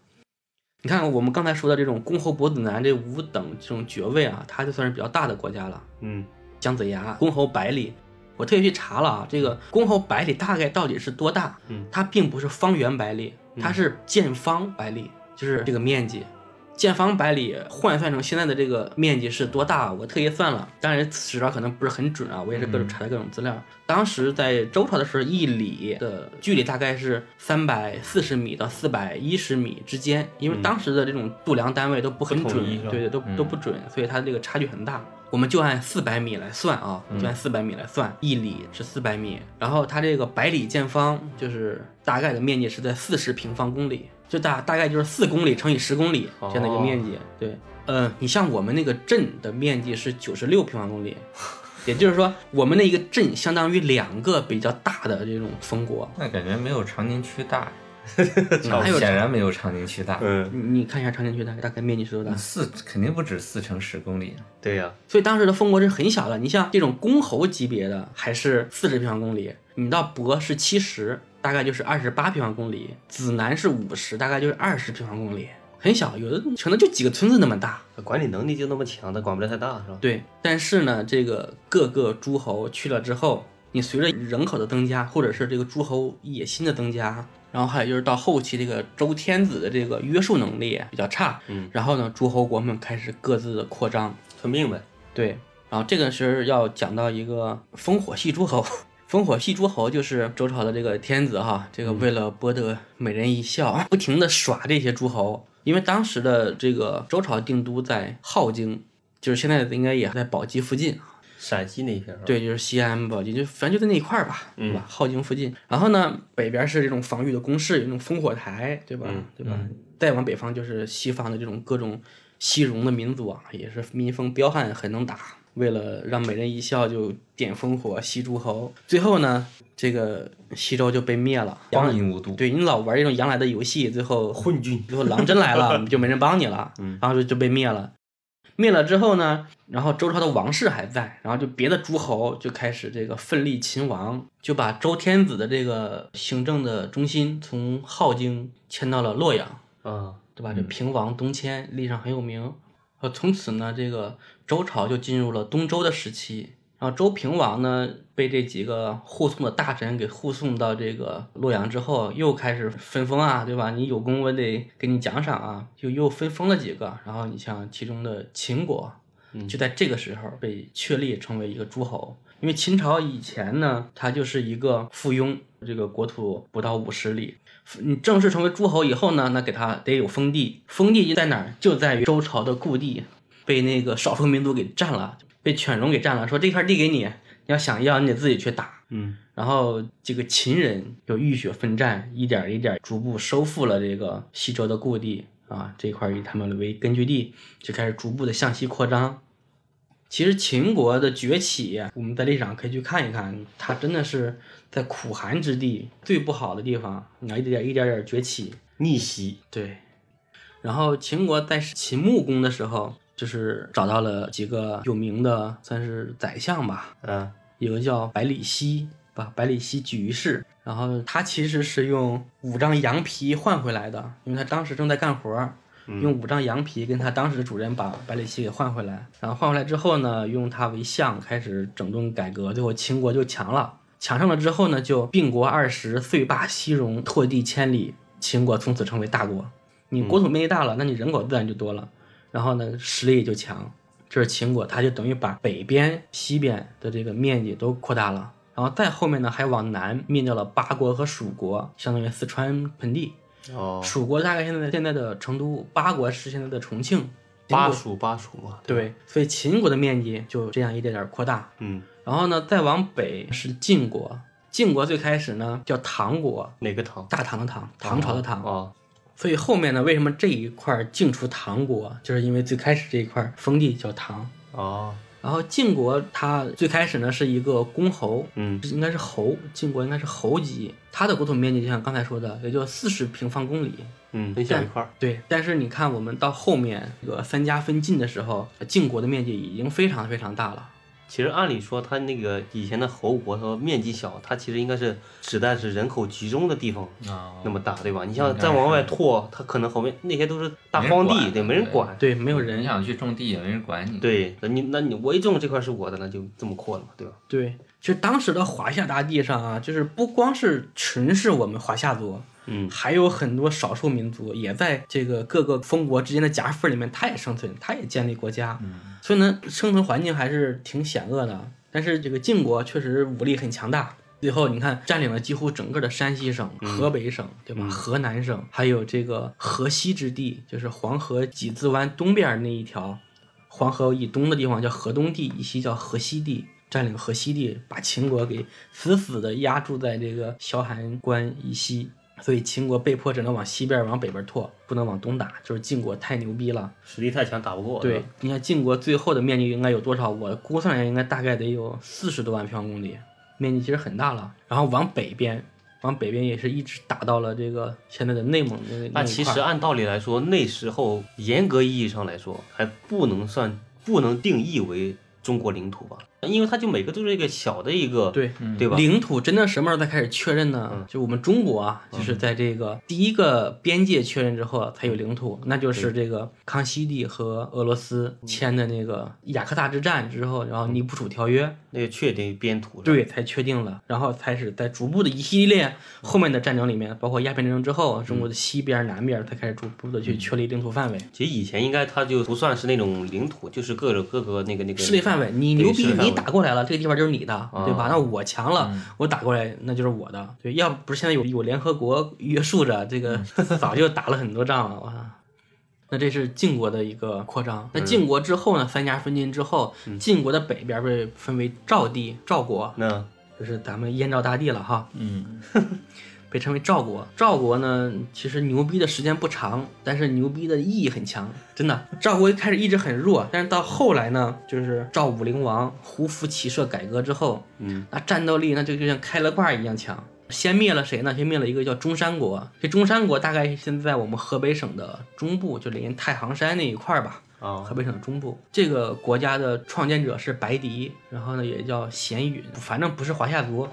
Speaker 3: 你看我们刚才说的这种公侯伯子男这五等这种爵位啊，它就算是比较大的国家了。
Speaker 2: 嗯，
Speaker 3: 姜子牙、公侯百里。我特意去查了啊，这个公侯百里大概到底是多大？
Speaker 2: 嗯，
Speaker 3: 它并不是方圆百里，它是见方百里，就是这个面积。建方百里换算成现在的这个面积是多大？啊我特意算了，当然史料可能不是很准啊，我也是各种查了各种资
Speaker 2: 嗯
Speaker 3: 料。当时在周朝的时候，一里的距离大概是三百四十米到四百一十米之间，因为当时的这种度量单位都不很
Speaker 2: 嗯不
Speaker 3: 准
Speaker 2: 统一是，吧
Speaker 3: 对对，都都不准，所以它这个差距很大。我们就按四百米来算啊，就按四百米来算，一里是四百米，然后它这个百里见方就是大概的面积是在四十平方公里，就大大概就是四公里乘以十公里这样的一个
Speaker 2: 哦
Speaker 3: 面积。对，呃，你像我们那个镇的面积是九十六平方公里，也就是说我们那一个镇相当于两个比较大的这种封国。
Speaker 1: 那感觉没有长宁区大，
Speaker 3: 还有
Speaker 1: 显然没有长呃宁区大。
Speaker 2: 嗯，
Speaker 3: 你你看一下长宁区大概大概面积是多大？
Speaker 1: 四肯定不止四乘十公里，
Speaker 2: 对呀，
Speaker 3: 所以当时的封国是很小的。你像这种公侯级别的，还是四十平方公里；你到博是七十，大概就是二十八平方公里；子南是五十，大概就是二十平方公里，很小，有的可能就几个村子那么大。
Speaker 2: 管理能力就那么强，他管不了太大是吧？
Speaker 3: 对，但是呢，这个各个诸侯去了之后，你随着人口的增加，或者是这个诸侯野心的增加，然后还有就是到后期这个周天子的这个约束能力比较差，
Speaker 2: 嗯，
Speaker 3: 然后呢，诸侯国们开始各自的扩张，
Speaker 2: 吞并呗，
Speaker 3: 对，然后这个是要讲到一个烽火戏诸侯。烽火戏诸侯就是周朝的这个天子哈，这个为了博得美人一笑，不停的耍这些诸侯。因为当时的这个周朝定都在镐京，就是现在应该也在宝鸡附近。
Speaker 2: 陕西那一片是吧？嗯
Speaker 3: 对，就是西安、宝鸡，就反正就在那一块儿吧，对吧？镐京附近。然后呢，北边是这种防御的工事，有那种烽火台，对
Speaker 2: 嗯
Speaker 3: 吧？对吧？再往北方就是西方的这种各种西戎的民族啊，也是民风彪悍，很能打。为了让美人一笑，就点烽火西诸侯。最后呢，这个西周就被灭了。
Speaker 1: 荒淫无度。
Speaker 3: 对你老玩这种羊来的游戏，最后
Speaker 2: 昏君 嗯
Speaker 3: 最后狼真来了，就没人帮你了，然后就就被灭了。灭了之后呢，然后周朝的王室还在，然后就别的诸侯就开始这个奋力秦王，就把周天子的这个行政的中心从镐京迁到了洛阳，
Speaker 2: 啊，
Speaker 3: 对吧？这平王东迁，历史上很有名。呃，从此呢，这个周朝就进入了东周的时期。然后周平王呢，被这几个护送的大臣给护送到这个洛阳之后，又开始分封啊，对吧？你有功我得给你奖赏啊，就又分封了几个。然后你像其中的秦国，就在这个时候被确立成为一个诸侯。因为秦朝以前呢，它就是一个附庸，这个国土不到五十里。你正式成为诸侯以后呢，那给他得有封地，封地在哪儿？就在于周朝的故地，被那个少数民族给占了，被犬戎给占了，说这块地给你，你要想要你得自己去打。
Speaker 2: 嗯，
Speaker 3: 然后这个秦人就浴血奋战，一点儿一点儿逐步收复了这个西周的故地啊，这块儿以他们为根据地，就开始逐步的向西扩张。其实秦国的崛起，我们在历史上可以去看一看，它真的是在苦寒之地最不好的地方，你要一点儿一点儿一点儿崛起。
Speaker 2: 逆袭，
Speaker 3: 对，然后秦国在秦穆公的时候，就是找到了几个有名的，算是宰相吧，
Speaker 2: 嗯，
Speaker 3: 有个叫百里奚，把百里奚举于市，然后他其实是用五张羊皮换回来的，因为他当时正在干活儿，用五张羊皮跟他当时的主人把百里奚给换回来，然后换回来之后呢，用他为相开始整顿改革，最后秦国就强了，强盛了之后呢，就并国二十，岁霸西戎，拓地千里，秦国从此成为大国。你国土面积大了，那你人口自然就多了，然后呢，实力也就强。这是秦国，它就等于把北边、西边的这个面积都扩大了，然后再后面呢，还往南灭掉了八国和蜀国，相当于四川盆地。
Speaker 2: 哦，
Speaker 3: 蜀国大概现在现在的成都，八国是现在的重庆。
Speaker 2: 巴蜀巴蜀嘛，吧，
Speaker 3: 对，所以秦国的面积就这样一点点扩大。
Speaker 2: 嗯，
Speaker 3: 然后呢，再往北是晋国，晋国最开始呢叫唐国，
Speaker 2: 哪个唐？
Speaker 3: 大唐的唐，唐朝的唐。
Speaker 2: 啊，
Speaker 3: 所以后面呢，为什么这一块儿净除唐国，就是因为最开始这一块儿封地叫唐。
Speaker 2: 哦，
Speaker 3: 然后晋国它最开始呢是一个公侯，
Speaker 2: 嗯，
Speaker 3: 应该是侯，晋国应该是侯级，它的国土面积就像刚才说的，也就四十平方公里。
Speaker 2: 嗯，很小一块儿，
Speaker 3: 对，但是你看我们到后面这个三家分晋的时候，晋国的面积已经非常非常大了。
Speaker 2: 其实按理说，他那个以前的侯国，说面积小，它其实应该是指代是人口集中的地方
Speaker 1: 啊
Speaker 2: 那么大，对吧？你像再往外拓，它可能后面那些都是大
Speaker 1: 没人
Speaker 2: 荒地，
Speaker 1: 管
Speaker 2: 对，没人
Speaker 1: 对
Speaker 2: 管。
Speaker 3: 对，没有
Speaker 1: 你
Speaker 3: 人。
Speaker 1: 想去种地也没人管你。
Speaker 2: 对，那你那你我一种这块是我的，那就这么扩了嘛，对吧？
Speaker 3: 对，其实当时的华夏大地上啊，就是不光是纯是我们华夏族，
Speaker 2: 嗯
Speaker 3: 还有很多少数民族也在这个各个封国之间的夹缝里面，它也生存，它也建立国家，所以呢，生存环境还是挺险恶的。但是这个晋国确实武力很强大，最后你看占领了几乎整个的山西省、河北省，对吧？河南省，还有这个河西之地，就是黄河几字湾东边那一条，黄河以东的地方叫河东地，以西叫河西地，占领河西地，把秦国给死死的压住在这个萧寒关以西。所以秦国被迫只能往西边、往北边拓，不能往东打。就是晋国太牛逼了，
Speaker 2: 实力太强，打不过。
Speaker 3: 对
Speaker 2: 吧，
Speaker 3: 你看晋国最后的面积应该有多少？我估算一下，应该大概得有四十多万平方公里，面积其实很大了。然后往北边，往北边也是一直打到了这个现在的内蒙那那一块
Speaker 2: 那
Speaker 3: 儿。
Speaker 2: 其实按道理来说，那时候严格意义上来说，还不能算不能定义为中国领土吧，因为它就每个都是一个小的一个
Speaker 3: 对
Speaker 2: 对嗯吧？嗯
Speaker 3: 领土真的什么时候才开始确认呢？就我们中国啊，就是在这个第一个边界确认之后啊才有领土，那就是这个康熙帝和俄罗斯
Speaker 2: 嗯
Speaker 3: 签的那个雅克萨之战之后，然后尼布楚条约。
Speaker 2: 那个确定边土是吧，
Speaker 3: 对，才确定了，然后开始在逐步的一系列后面的战争里面，包括鸦片战争之后，中国的西边、南边，才开始逐步的
Speaker 2: 嗯
Speaker 3: 去确立领土范围、
Speaker 2: 其实以前应该它就不算是那种领土，就是各种各个那个那个
Speaker 3: 势力范围。你牛
Speaker 2: 势
Speaker 3: 逼
Speaker 2: 力，范围哦嗯
Speaker 3: 你打过来了，这个地方就是你的，对吧？那我强了，我打过来那就是我的。对，要不是现在有有联合国约束着，这个
Speaker 2: 嗯
Speaker 3: 早就打了很多仗了。我操！那这是晋国的一个扩张。
Speaker 2: 嗯
Speaker 3: 那晋国之后呢？三家分晋之后，晋国的北边被分为赵地、赵国，
Speaker 2: 那
Speaker 3: 就是咱们燕赵大地了哈。
Speaker 1: 嗯，
Speaker 3: 被称为赵国。赵国呢，其实牛逼的时间不长，但是牛逼的意义很强，真的。赵国一开始一直很弱，但是到后来呢，就是赵武灵王胡服骑射改革之后，
Speaker 2: 嗯，
Speaker 3: 那战斗力那就就像开了挂一样强。先灭了谁呢？先灭了一个叫中山国，这中山国大概现在我们河北省的中部，就临太行山那一块儿吧。
Speaker 2: 啊
Speaker 3: 河北省的中部。这个国家的创建者是白狄，然后呢也叫鲜允，反正不是华夏族。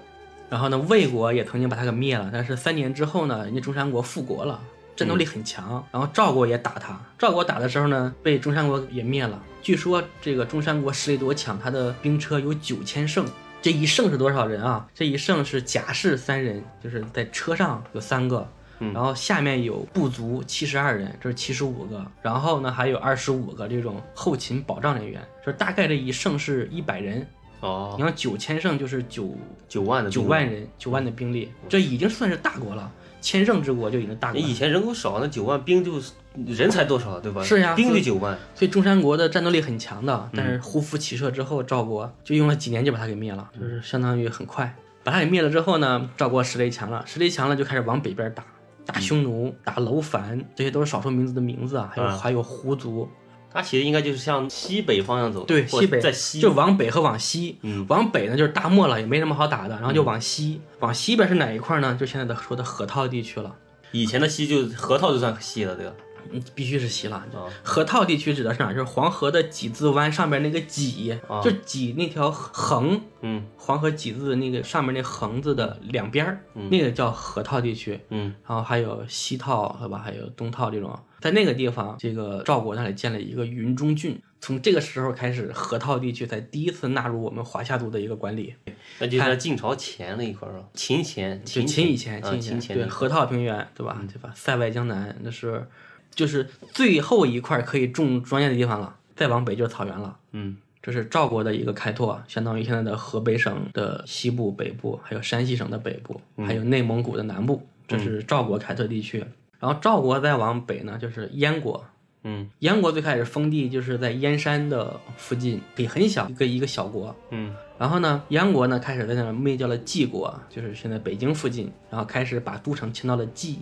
Speaker 3: 然后呢，魏国也曾经把他给灭了，但是三年之后呢，人家中山国复国了，战斗力很强。然后赵国也打他，赵国打的时候呢，被中山国也灭了。据说这个中山国实力多强，他的兵车有九千乘。这一乘是多少人啊？这一乘是甲士三人，就是在车上有三个，
Speaker 2: 嗯
Speaker 3: 然后下面有部族七十二人，这是七十五个，然后呢还有二十五个这种后勤保障人员，就是大概这一胜是一百人，
Speaker 2: 哦
Speaker 3: 你，要九千胜就是九
Speaker 2: 九万的
Speaker 3: 九
Speaker 2: 兵哦
Speaker 3: 万人，九万的兵力，这已经算是大国了，千胜之国就已经是大
Speaker 2: 那
Speaker 3: 国了
Speaker 2: 以前人口少，那九万兵就是人才多少，对吧？
Speaker 3: 是呀
Speaker 2: 兵
Speaker 3: 所
Speaker 2: 就
Speaker 3: 以
Speaker 2: 九万，
Speaker 3: 所以中山国的战斗力很强的，
Speaker 2: 嗯
Speaker 3: 但是胡服骑射之后，赵国就用了几年就把他给灭
Speaker 2: 嗯
Speaker 3: 了，就是相当于很快把他给灭了之后呢，赵国实力强了，实力强了就开始往北边打，打匈奴、打楼烦，这些都是少数民族的名字啊，还有、
Speaker 2: 嗯啊
Speaker 3: 还有胡族，
Speaker 2: 它其实应该就是向西北方向走，
Speaker 3: 对，
Speaker 2: 或
Speaker 3: 西北
Speaker 2: 在西
Speaker 3: 就往北和往西，
Speaker 2: 嗯
Speaker 3: 往北呢就是大漠了，也没什么好打的，然后就往西，往西边是哪一块呢？就现在的说的河套地区了。
Speaker 2: 以前的西就是河套就算西了，对吧？
Speaker 3: 嗯，必须是希腊。
Speaker 2: 啊
Speaker 3: 河套地区指的是哪儿？就是黄河的几字湾上面那个几，
Speaker 2: 啊
Speaker 3: 就几那条横，
Speaker 2: 嗯
Speaker 3: 黄河几字那个上面那横字的两边儿，那个叫河套地区。
Speaker 2: 嗯，
Speaker 3: 然后还有西套，对吧？还有东套这种，在那个地方，这个赵国那里建了一个云中郡。从这个时候开始，河套地区才第一次纳入我们华夏族的一个管理。
Speaker 2: 那就是在晋朝前那一块儿啊，秦前，
Speaker 3: 就
Speaker 2: 秦
Speaker 3: 哎秦以前，
Speaker 2: 啊
Speaker 3: 秦以
Speaker 2: 秦前
Speaker 3: 对
Speaker 2: 那一嗯块儿
Speaker 3: 河套平原，对吧？对吧？塞外江南那是，就是最后一块可以种庄稼的地方了。再往北就是草原了。
Speaker 2: 嗯，
Speaker 3: 这是赵国的一个开拓，相当于现在的河北省的西部、北部，还有山西省的北部，
Speaker 2: 嗯
Speaker 3: 还有内蒙古的南部，这是赵国开拓地区。然后赵国再往北呢，就是燕国。
Speaker 2: 嗯，
Speaker 3: 燕国最开始封地就是在燕山的附近，也很小，一个一个小国。
Speaker 2: 嗯，
Speaker 3: 然后呢，燕国呢开始在那儿灭掉了晋国，就是现在北京附近，然后开始把都城迁到了晋，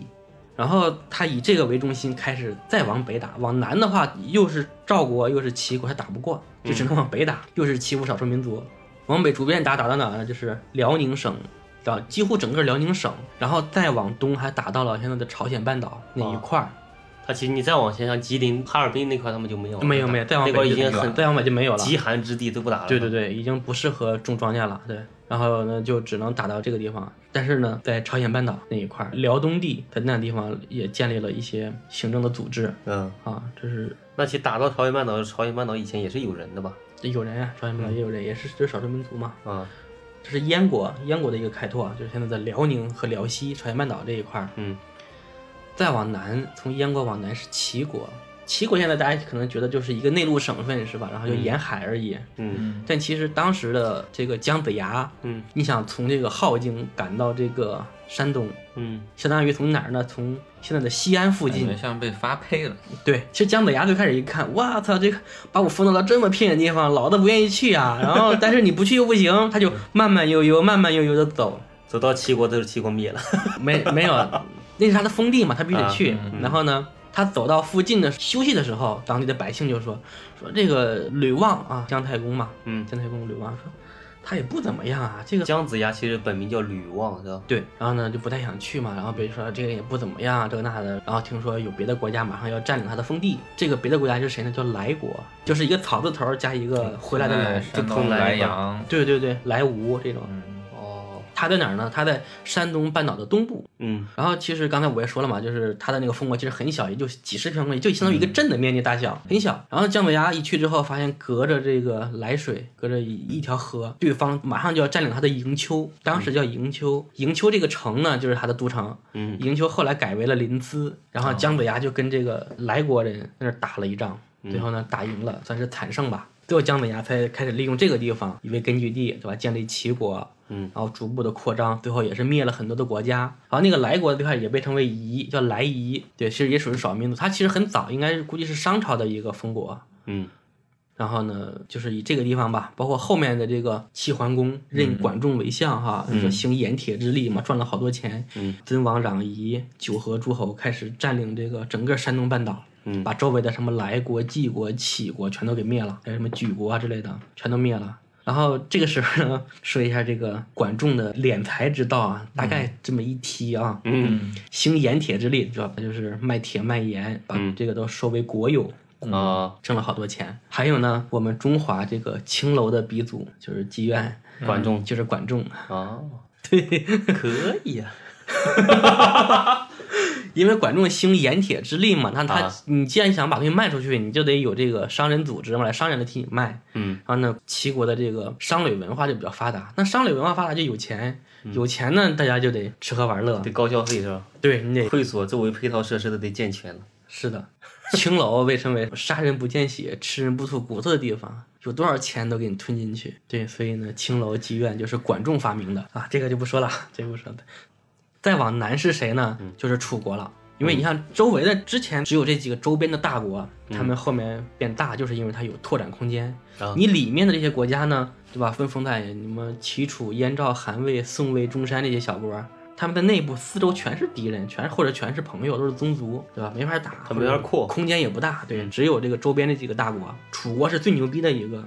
Speaker 3: 然后他以这个为中心开始再往北打，往南的话又是赵国又是齐国，他打不过，就只能往北打，又是齐国少数民族，往北逐渐打，打到哪儿呢？就是辽宁省。到几乎整个辽宁省，然后再往东还打到了现在的朝鲜半岛那一块儿，
Speaker 2: 它其实你再往前，像吉林、哈尔滨那块儿他们就没有了，
Speaker 3: 没有没有，再往
Speaker 2: 那块儿
Speaker 3: 北
Speaker 2: 已
Speaker 3: 就
Speaker 2: 经
Speaker 3: 没有了
Speaker 2: 很
Speaker 3: 再往北就没有了。
Speaker 2: 极寒之地都不打了，
Speaker 3: 对对对，已经不适合种庄稼了。对，然后呢就只能打到这个地方。但是呢，在朝鲜半岛那一块儿，辽东地在那地方也建立了一些行政的组织
Speaker 2: 嗯，
Speaker 3: 啊，这是
Speaker 2: 那其实打到朝鲜半岛，朝鲜半岛以前也是有人的吧？
Speaker 3: 这有人啊，朝鲜半岛也有人，也是就是少数民族嘛。
Speaker 2: 啊，
Speaker 3: 啊这是燕国，燕国的一个开拓，就是现在的辽宁和辽西、朝鲜半岛这一块儿。
Speaker 2: 嗯，
Speaker 3: 再往南，从燕国往南是齐国。齐国现在大家可能觉得就是一个内陆省份是吧？然后就沿海而已。
Speaker 2: 嗯
Speaker 3: 但其实当时的这个江北崖，
Speaker 2: 嗯
Speaker 3: 你想从这个镐京赶到这个山东，
Speaker 2: 嗯
Speaker 3: 相当于从哪儿呢？从现在的西安附
Speaker 1: 感
Speaker 3: 近
Speaker 1: 觉。像被发配了。
Speaker 3: 对，其实江北崖最开始一看，哇操，这个把我分到了这么偏远地方，老子不愿意去啊。然后，但是你不去又不行，他就慢慢悠悠、慢慢悠悠的走，
Speaker 2: 走到齐国都是齐国灭了。
Speaker 3: 没没有，那是他的封地嘛，他必须得去。
Speaker 2: 啊
Speaker 3: 然后呢，他走到附近的休息的时候，当地的百姓就说说这个吕望啊，姜太公嘛，
Speaker 2: 嗯，
Speaker 3: 姜太公吕望说他也不怎么样啊，这个
Speaker 2: 姜子牙其实本名叫吕望，是吧？
Speaker 3: 对，然后呢就不太想去嘛，然后别人说这个人也不怎么样，这个那的，然后听说有别的国家马上要占领他的封地，这个别的国家是谁呢？叫莱国，就是一个草字头儿加一个回来的
Speaker 1: 哎
Speaker 3: 来，
Speaker 1: 山
Speaker 2: 通
Speaker 1: 东
Speaker 2: 莱
Speaker 1: 莱阳，
Speaker 3: 对对对，莱芜这种。
Speaker 1: 嗯，
Speaker 2: 哦，
Speaker 3: 他在哪儿呢？他在山东半岛的东部。
Speaker 2: 嗯
Speaker 3: 然后其实刚才我也说了嘛，就是他的那个封国其实很小，也就几十平方米，就相当于一个镇的面积大小，很小。然后姜子牙一去之后，发现隔着这个涞水，隔着一一条河，对方马上就要占领他的营丘，当时叫营丘。营丘这个城呢，就是他的都城。
Speaker 2: 嗯，
Speaker 3: 营丘后来改为了临淄，然后姜子牙就跟这个莱国人在那儿打了一仗，
Speaker 2: 嗯
Speaker 3: 最后呢打赢了，算是惨胜吧。最后姜子牙才开始利用这个地方以为根据地，对吧？建立齐国，
Speaker 2: 嗯，
Speaker 3: 然后逐步的扩张，最后也是灭了很多的国家。然后那个莱国最开始也被称为夷，叫莱夷，对，其实也属于少数民族。它其实很早，应该是估计是商朝的一个封国。
Speaker 2: 嗯
Speaker 3: 然后呢，就是以这个地方吧，包括后面的这个齐桓公
Speaker 2: 嗯
Speaker 3: 任管仲为相哈，就是行盐铁之力嘛，赚了好多钱。
Speaker 2: 嗯，
Speaker 3: 尊王攘夷，九合诸侯，开始占领这个整个山东半岛，
Speaker 2: 嗯
Speaker 3: 把周围的什么莱国、季国、杞国全都给灭了，还有什么莒国啊之类的，全都灭了。然后这个时候呢，说一下这个管仲的敛财之道啊，大概这么一提啊，
Speaker 2: 嗯
Speaker 3: 行盐铁之力，主要就是卖铁卖盐，把
Speaker 2: 嗯
Speaker 3: 这个都收为国有。
Speaker 2: 啊，
Speaker 3: 挣了好多钱。还有呢，我们中华这个青楼的鼻祖就是妓院，
Speaker 2: 管仲
Speaker 3: 就是管仲，
Speaker 2: 啊，对， 可以啊，
Speaker 3: 因为管仲兴盐铁之力嘛，那他、
Speaker 2: 啊
Speaker 3: 你既然想把东西卖出去，你就得有这个商人组织嘛，来商人来替你卖。
Speaker 2: 嗯，
Speaker 3: 然后呢，齐国的这个商旅文化就比较发达，那商旅文化发达就有钱，
Speaker 2: 嗯
Speaker 3: 有钱呢，大家就得吃喝玩乐，
Speaker 2: 得高消费是吧？
Speaker 3: 对你得
Speaker 2: 会所周围配套设施都得健全了。
Speaker 3: 是的，青楼被称为杀人不见血、吃人不吐骨头的地方，有多少钱都给你吞进去。对，所以呢，青楼妓院就是管仲发明的啊，这个就不说了，这个不说了。再往南是谁呢？就是楚国了。因为你像周围的之前只有这几个周边的大国，他们后面变大，就是因为它有拓展空间。
Speaker 2: 啊
Speaker 3: 你里面的这些国家呢，对吧？分封在什么齐、楚、燕、赵、韩、魏、宋、魏、中山这些小国儿，他们的内部四周全是敌人，全或者全是朋友，都是宗族，对吧？没法打，
Speaker 2: 他没法扩
Speaker 3: 空间也不大，
Speaker 2: 嗯
Speaker 3: 对，只有这个周边这几个大国。楚国是最牛逼的一个。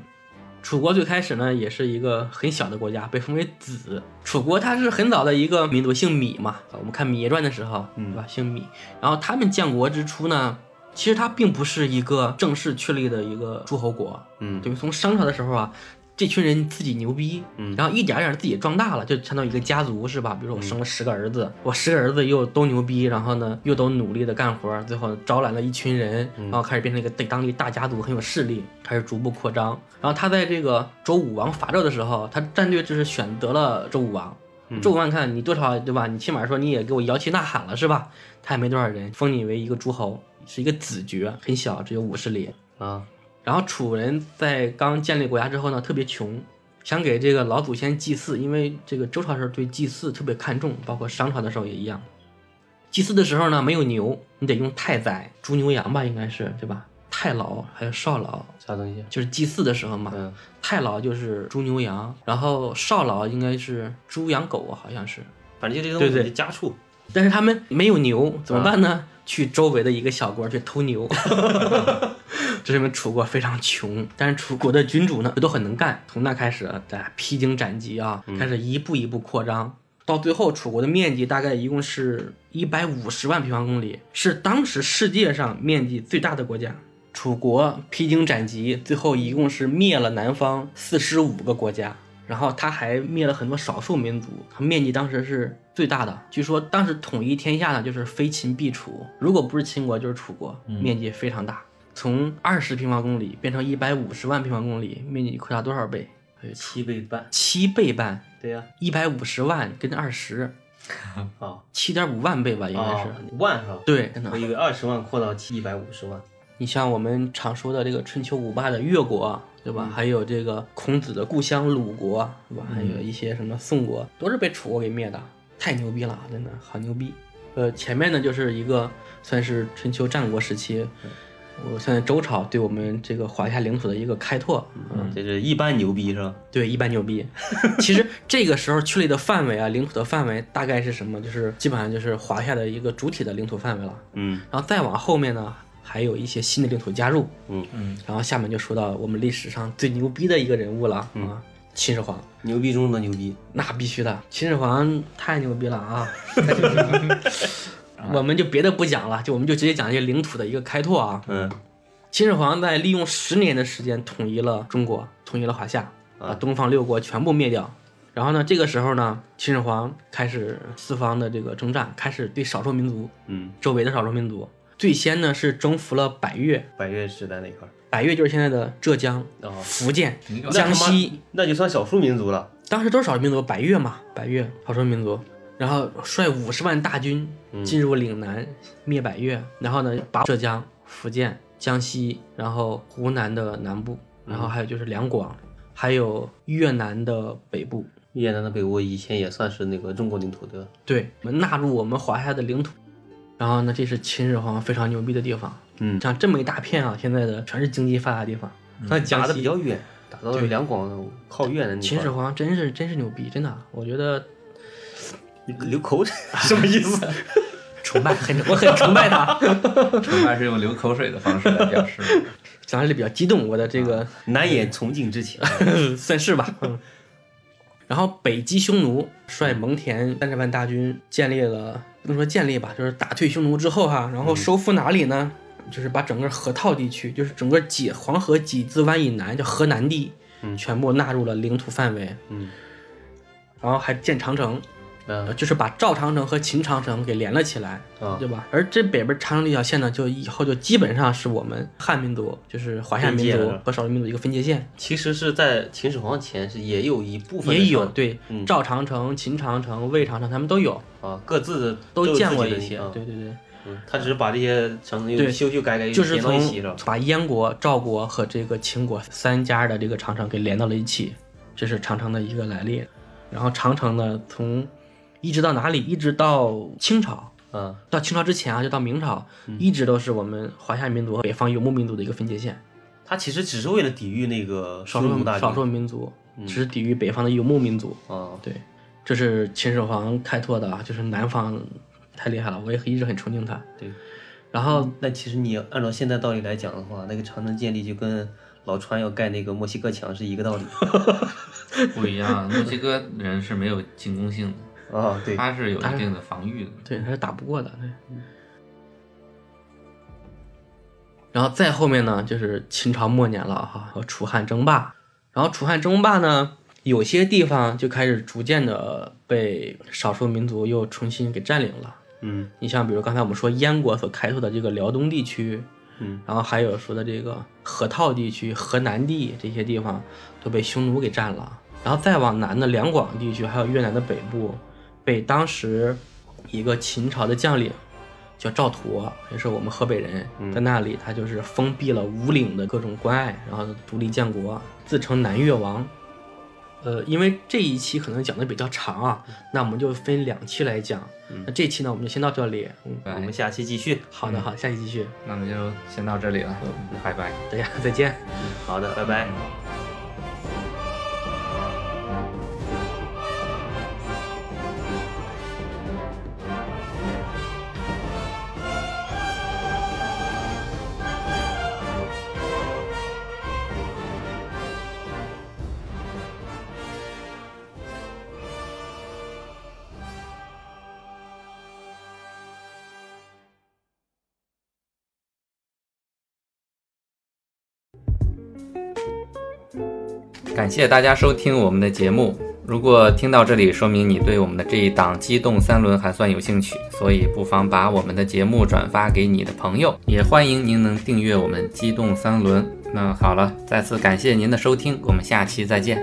Speaker 3: 楚国最开始呢，也是一个很小的国家，被封为子。楚国它是很早的一个民族，姓芈嘛。我们看《芈月传》的时候，
Speaker 2: 嗯
Speaker 3: 对吧？姓芈。然后他们建国之初呢，其实它并不是一个正式确立的一个诸侯国，
Speaker 2: 嗯
Speaker 3: 等于从商朝的时候啊，这群人自己牛逼，
Speaker 2: 嗯
Speaker 3: 然后一点儿一点儿自己壮大了，就相当于一个家族是吧？比如说我生了十个儿子，我十个儿子又都牛逼，然后呢又都努力的干活儿，最后招揽了一群人，
Speaker 2: 嗯
Speaker 3: 然后开始变成一个对当地大家族很有势力，开始逐步扩张。然后他在这个周武王伐纣的时候，他战略就是选择了周武王。
Speaker 2: 嗯
Speaker 3: 周武王看你多少对吧？你起码说你也给我摇旗呐喊了是吧？他也没多少人，封你为一个诸侯，是一个子爵，很小，只有五十里。
Speaker 2: 啊，
Speaker 3: 然后楚人在刚建立国家之后呢，特别穷，想给这个老祖先祭祀，因为这个周朝时候对祭祀特别看重，包括商朝的时候也一样。祭祀的时候呢，没有牛，你得用太宰、猪牛羊吧，应该是对吧？太老还有少老，
Speaker 2: 啥东西？
Speaker 3: 就是祭祀的时候嘛。
Speaker 2: 嗯
Speaker 3: 太老就是猪牛羊，然后少老应该是猪羊狗，好像是。
Speaker 2: 反正就这
Speaker 3: 对
Speaker 2: 东
Speaker 3: 对
Speaker 2: 西，家畜。
Speaker 3: 但是他们没有牛，怎么办呢？去周围的一个小国去偷牛，这说明楚国非常穷。但是楚国的君主呢，都很能干。从那开始，大家披荆斩棘啊，开始一步一步扩张，到最后楚国的面积大概一共是一百五十万平方公里，是当时世界上面积最大的国家。楚国披荆斩棘，最后一共是灭了南方四十五个国家，然后他还灭了很多少数民族，他面积当时是最大的。据说当时统一天下呢，就是非秦必楚，如果不是秦国就是楚国，面积非常大，从二十平方公里变成一百五十万平方公里，面积扩大多少倍？哎
Speaker 2: 七倍半。
Speaker 3: 七倍半，
Speaker 2: 对呀，
Speaker 3: 一百五十万跟二十，
Speaker 2: 啊
Speaker 3: 七点五万倍吧，应该是。
Speaker 2: 啊，万是吧？
Speaker 3: 对，真的
Speaker 2: 我。以为二十万扩到一百五十万，
Speaker 3: 你像我们常说的这个春秋五霸的越国，啊对吧？还有这个孔子的故乡鲁国，啊对吧？还有一些什么宋国，都是被楚国给灭的，太牛逼了，啊真的好牛逼。呃，前面呢就是一个算是春秋战国时期，我现在周朝对我们这个华夏领土的一个开拓，
Speaker 2: 嗯，这是一般牛逼是吧？
Speaker 3: 对，一般牛逼。 其实这个时候确立的范围啊，领土的范围大概是什么？就是基本上就是华夏的一个主体的领土范围了。
Speaker 2: 嗯
Speaker 3: 然后再往后面呢，还有一些新的领土加入。
Speaker 2: 嗯
Speaker 1: 嗯，
Speaker 3: 然后下面就说到我们历始上最牛逼的一个人物了、啊，秦始皇。
Speaker 2: 牛逼中的牛逼，
Speaker 3: 那必须的，秦始皇太牛逼了啊！ 我们就别的不讲了，就我们就直接讲这领土的一个开拓啊。
Speaker 2: 嗯
Speaker 3: 秦始皇在利用十年的时间统一了中国，统一了华夏，
Speaker 2: 啊
Speaker 3: 把东方六国全部灭掉。然后呢，这个时候呢，秦始皇开始四方的这个征战，开始对少数民族
Speaker 2: 嗯，
Speaker 3: 周围的少数民族，最先呢是征服了百越，
Speaker 2: 百越时代那块儿，
Speaker 3: 百越就是现在的浙江、
Speaker 2: 哦
Speaker 3: 福建
Speaker 1: 那、
Speaker 3: 江
Speaker 2: 那他妈
Speaker 3: 西，
Speaker 2: 那就算少数民族了，
Speaker 3: 当时都是少数民族，百越嘛，百越少数民族，然后率五十万大军
Speaker 2: 嗯
Speaker 3: 进入岭南灭百越，然后呢把浙江、福建、江西，然后湖南的南部，
Speaker 2: 嗯
Speaker 3: 然后还有就是两广，还有越南的北部，
Speaker 2: 越南的北国以前也算是那个中国领土的，
Speaker 3: 对，我们纳入我们华夏的领土。然后呢，这是秦始皇非常牛逼的地方，
Speaker 2: 嗯
Speaker 3: 像这么一大片啊，现在的全是经济发达地方，那
Speaker 2: 打
Speaker 3: 江
Speaker 2: 的
Speaker 3: 西
Speaker 2: 比较远，打到两广靠越南那
Speaker 3: 秦
Speaker 2: 块
Speaker 3: 始
Speaker 2: 儿，
Speaker 3: 皇真是真是牛逼，真的，我觉得
Speaker 2: 你流口水什么意思？
Speaker 3: 崇拜，很 我很崇拜他。
Speaker 1: 恐怕是用流口水的方式来表示。
Speaker 3: 讲起来比较激动，我的这个、
Speaker 2: 难掩崇敬之情，
Speaker 3: 算是吧。嗯然后北击匈奴，率蒙恬三十万大军建立了，不能说建立吧，就是打退匈奴之后哈，然后收复哪里呢？就是把整个河套地区，就是整个几黄河几字湾以南叫河南地，全部纳入了领土范围。
Speaker 2: 嗯，
Speaker 3: 然后还建长城，呃
Speaker 2: 嗯
Speaker 3: 就是把赵长城和秦长城给连了起来，
Speaker 2: 啊
Speaker 3: 对吧？而这北边长城这条线呢，就以后就基本上是我们汉民族，就是华夏民
Speaker 2: 分界
Speaker 3: 族
Speaker 2: 了
Speaker 3: 和少数民族一个分界线。
Speaker 2: 其实是在秦始皇前是也有一部分的
Speaker 3: 也有
Speaker 2: 上
Speaker 3: 对
Speaker 2: 嗯
Speaker 3: 赵长城、秦长城、魏长城，他们都有，
Speaker 2: 啊，各自
Speaker 3: 都
Speaker 2: 有
Speaker 3: 见
Speaker 2: 自
Speaker 3: 过
Speaker 2: 己的
Speaker 3: 一些
Speaker 2: 那。
Speaker 3: 对，对对，
Speaker 2: 嗯他只是把这些长城又
Speaker 3: 对
Speaker 2: 修修改改，
Speaker 3: 就是
Speaker 2: 连到
Speaker 3: 从
Speaker 2: 一起是吧？
Speaker 3: 把燕国、赵国和这个秦国三家的这个长城给连到了一起，这是长城的一个来历。然后长城呢，从一直到哪里？一直到清朝，
Speaker 2: 啊，
Speaker 3: 到清朝之前啊，就到明朝，一直都是我们华夏民族和北方游牧民族的一个分界线。
Speaker 2: 他其实只是为了抵御那个
Speaker 3: 少
Speaker 2: 匈奴
Speaker 3: 数
Speaker 2: 大
Speaker 3: 少数
Speaker 2: 军
Speaker 3: 民族只抵御北方的游牧民族。
Speaker 2: 啊，
Speaker 3: 对，这是秦始皇开拓的啊，就是南方太厉害了，我也一直很崇敬他。
Speaker 2: 对。
Speaker 3: 然后
Speaker 2: 那其实你按照现在道理来讲的话，那个长城建立就跟老川要盖那个墨西哥墙是一个道理
Speaker 1: 不一样，墨西哥人是没有进攻性的，
Speaker 2: 啊。对，
Speaker 1: 他是有一定的防御的。
Speaker 3: 对，他是打不过的。对。然后再后面呢，就是秦朝末年了哈、和楚汉争霸。然后楚汉争霸呢，有些地方就开始逐渐的被少数民族又重新给占领了。
Speaker 2: 嗯
Speaker 3: 你像比如刚才我们说燕国所开拓的这个辽东地区，
Speaker 2: 嗯，
Speaker 3: 然后还有说的这个河套地区、河南地这些地方都被匈奴给占了，然后再往南的两广地区还有越南的北部，被当时一个秦朝的将领叫赵佗，也是我们河北人，在那里他就是封闭了五岭的各种关隘，然后独立建国，自称南越王。呃，因为这一期可能讲的比较长啊，那我们就分两期来讲。那这期呢，我们就先到这里。嗯，
Speaker 2: 我们下期继续。
Speaker 3: 好的，好，下期继续，
Speaker 1: 那么就先到这里了，拜拜。
Speaker 3: 大家再见。
Speaker 2: 好的，拜拜。
Speaker 1: 感谢大家收听我们的节目。如果听到这里，说明你对我们的这一档《机动三轮》还算有兴趣，所以不妨把我们的节目转发给你的朋友，也欢迎您能订阅我们《机动三轮》。那好了，再次感谢您的收听，我们下期再见。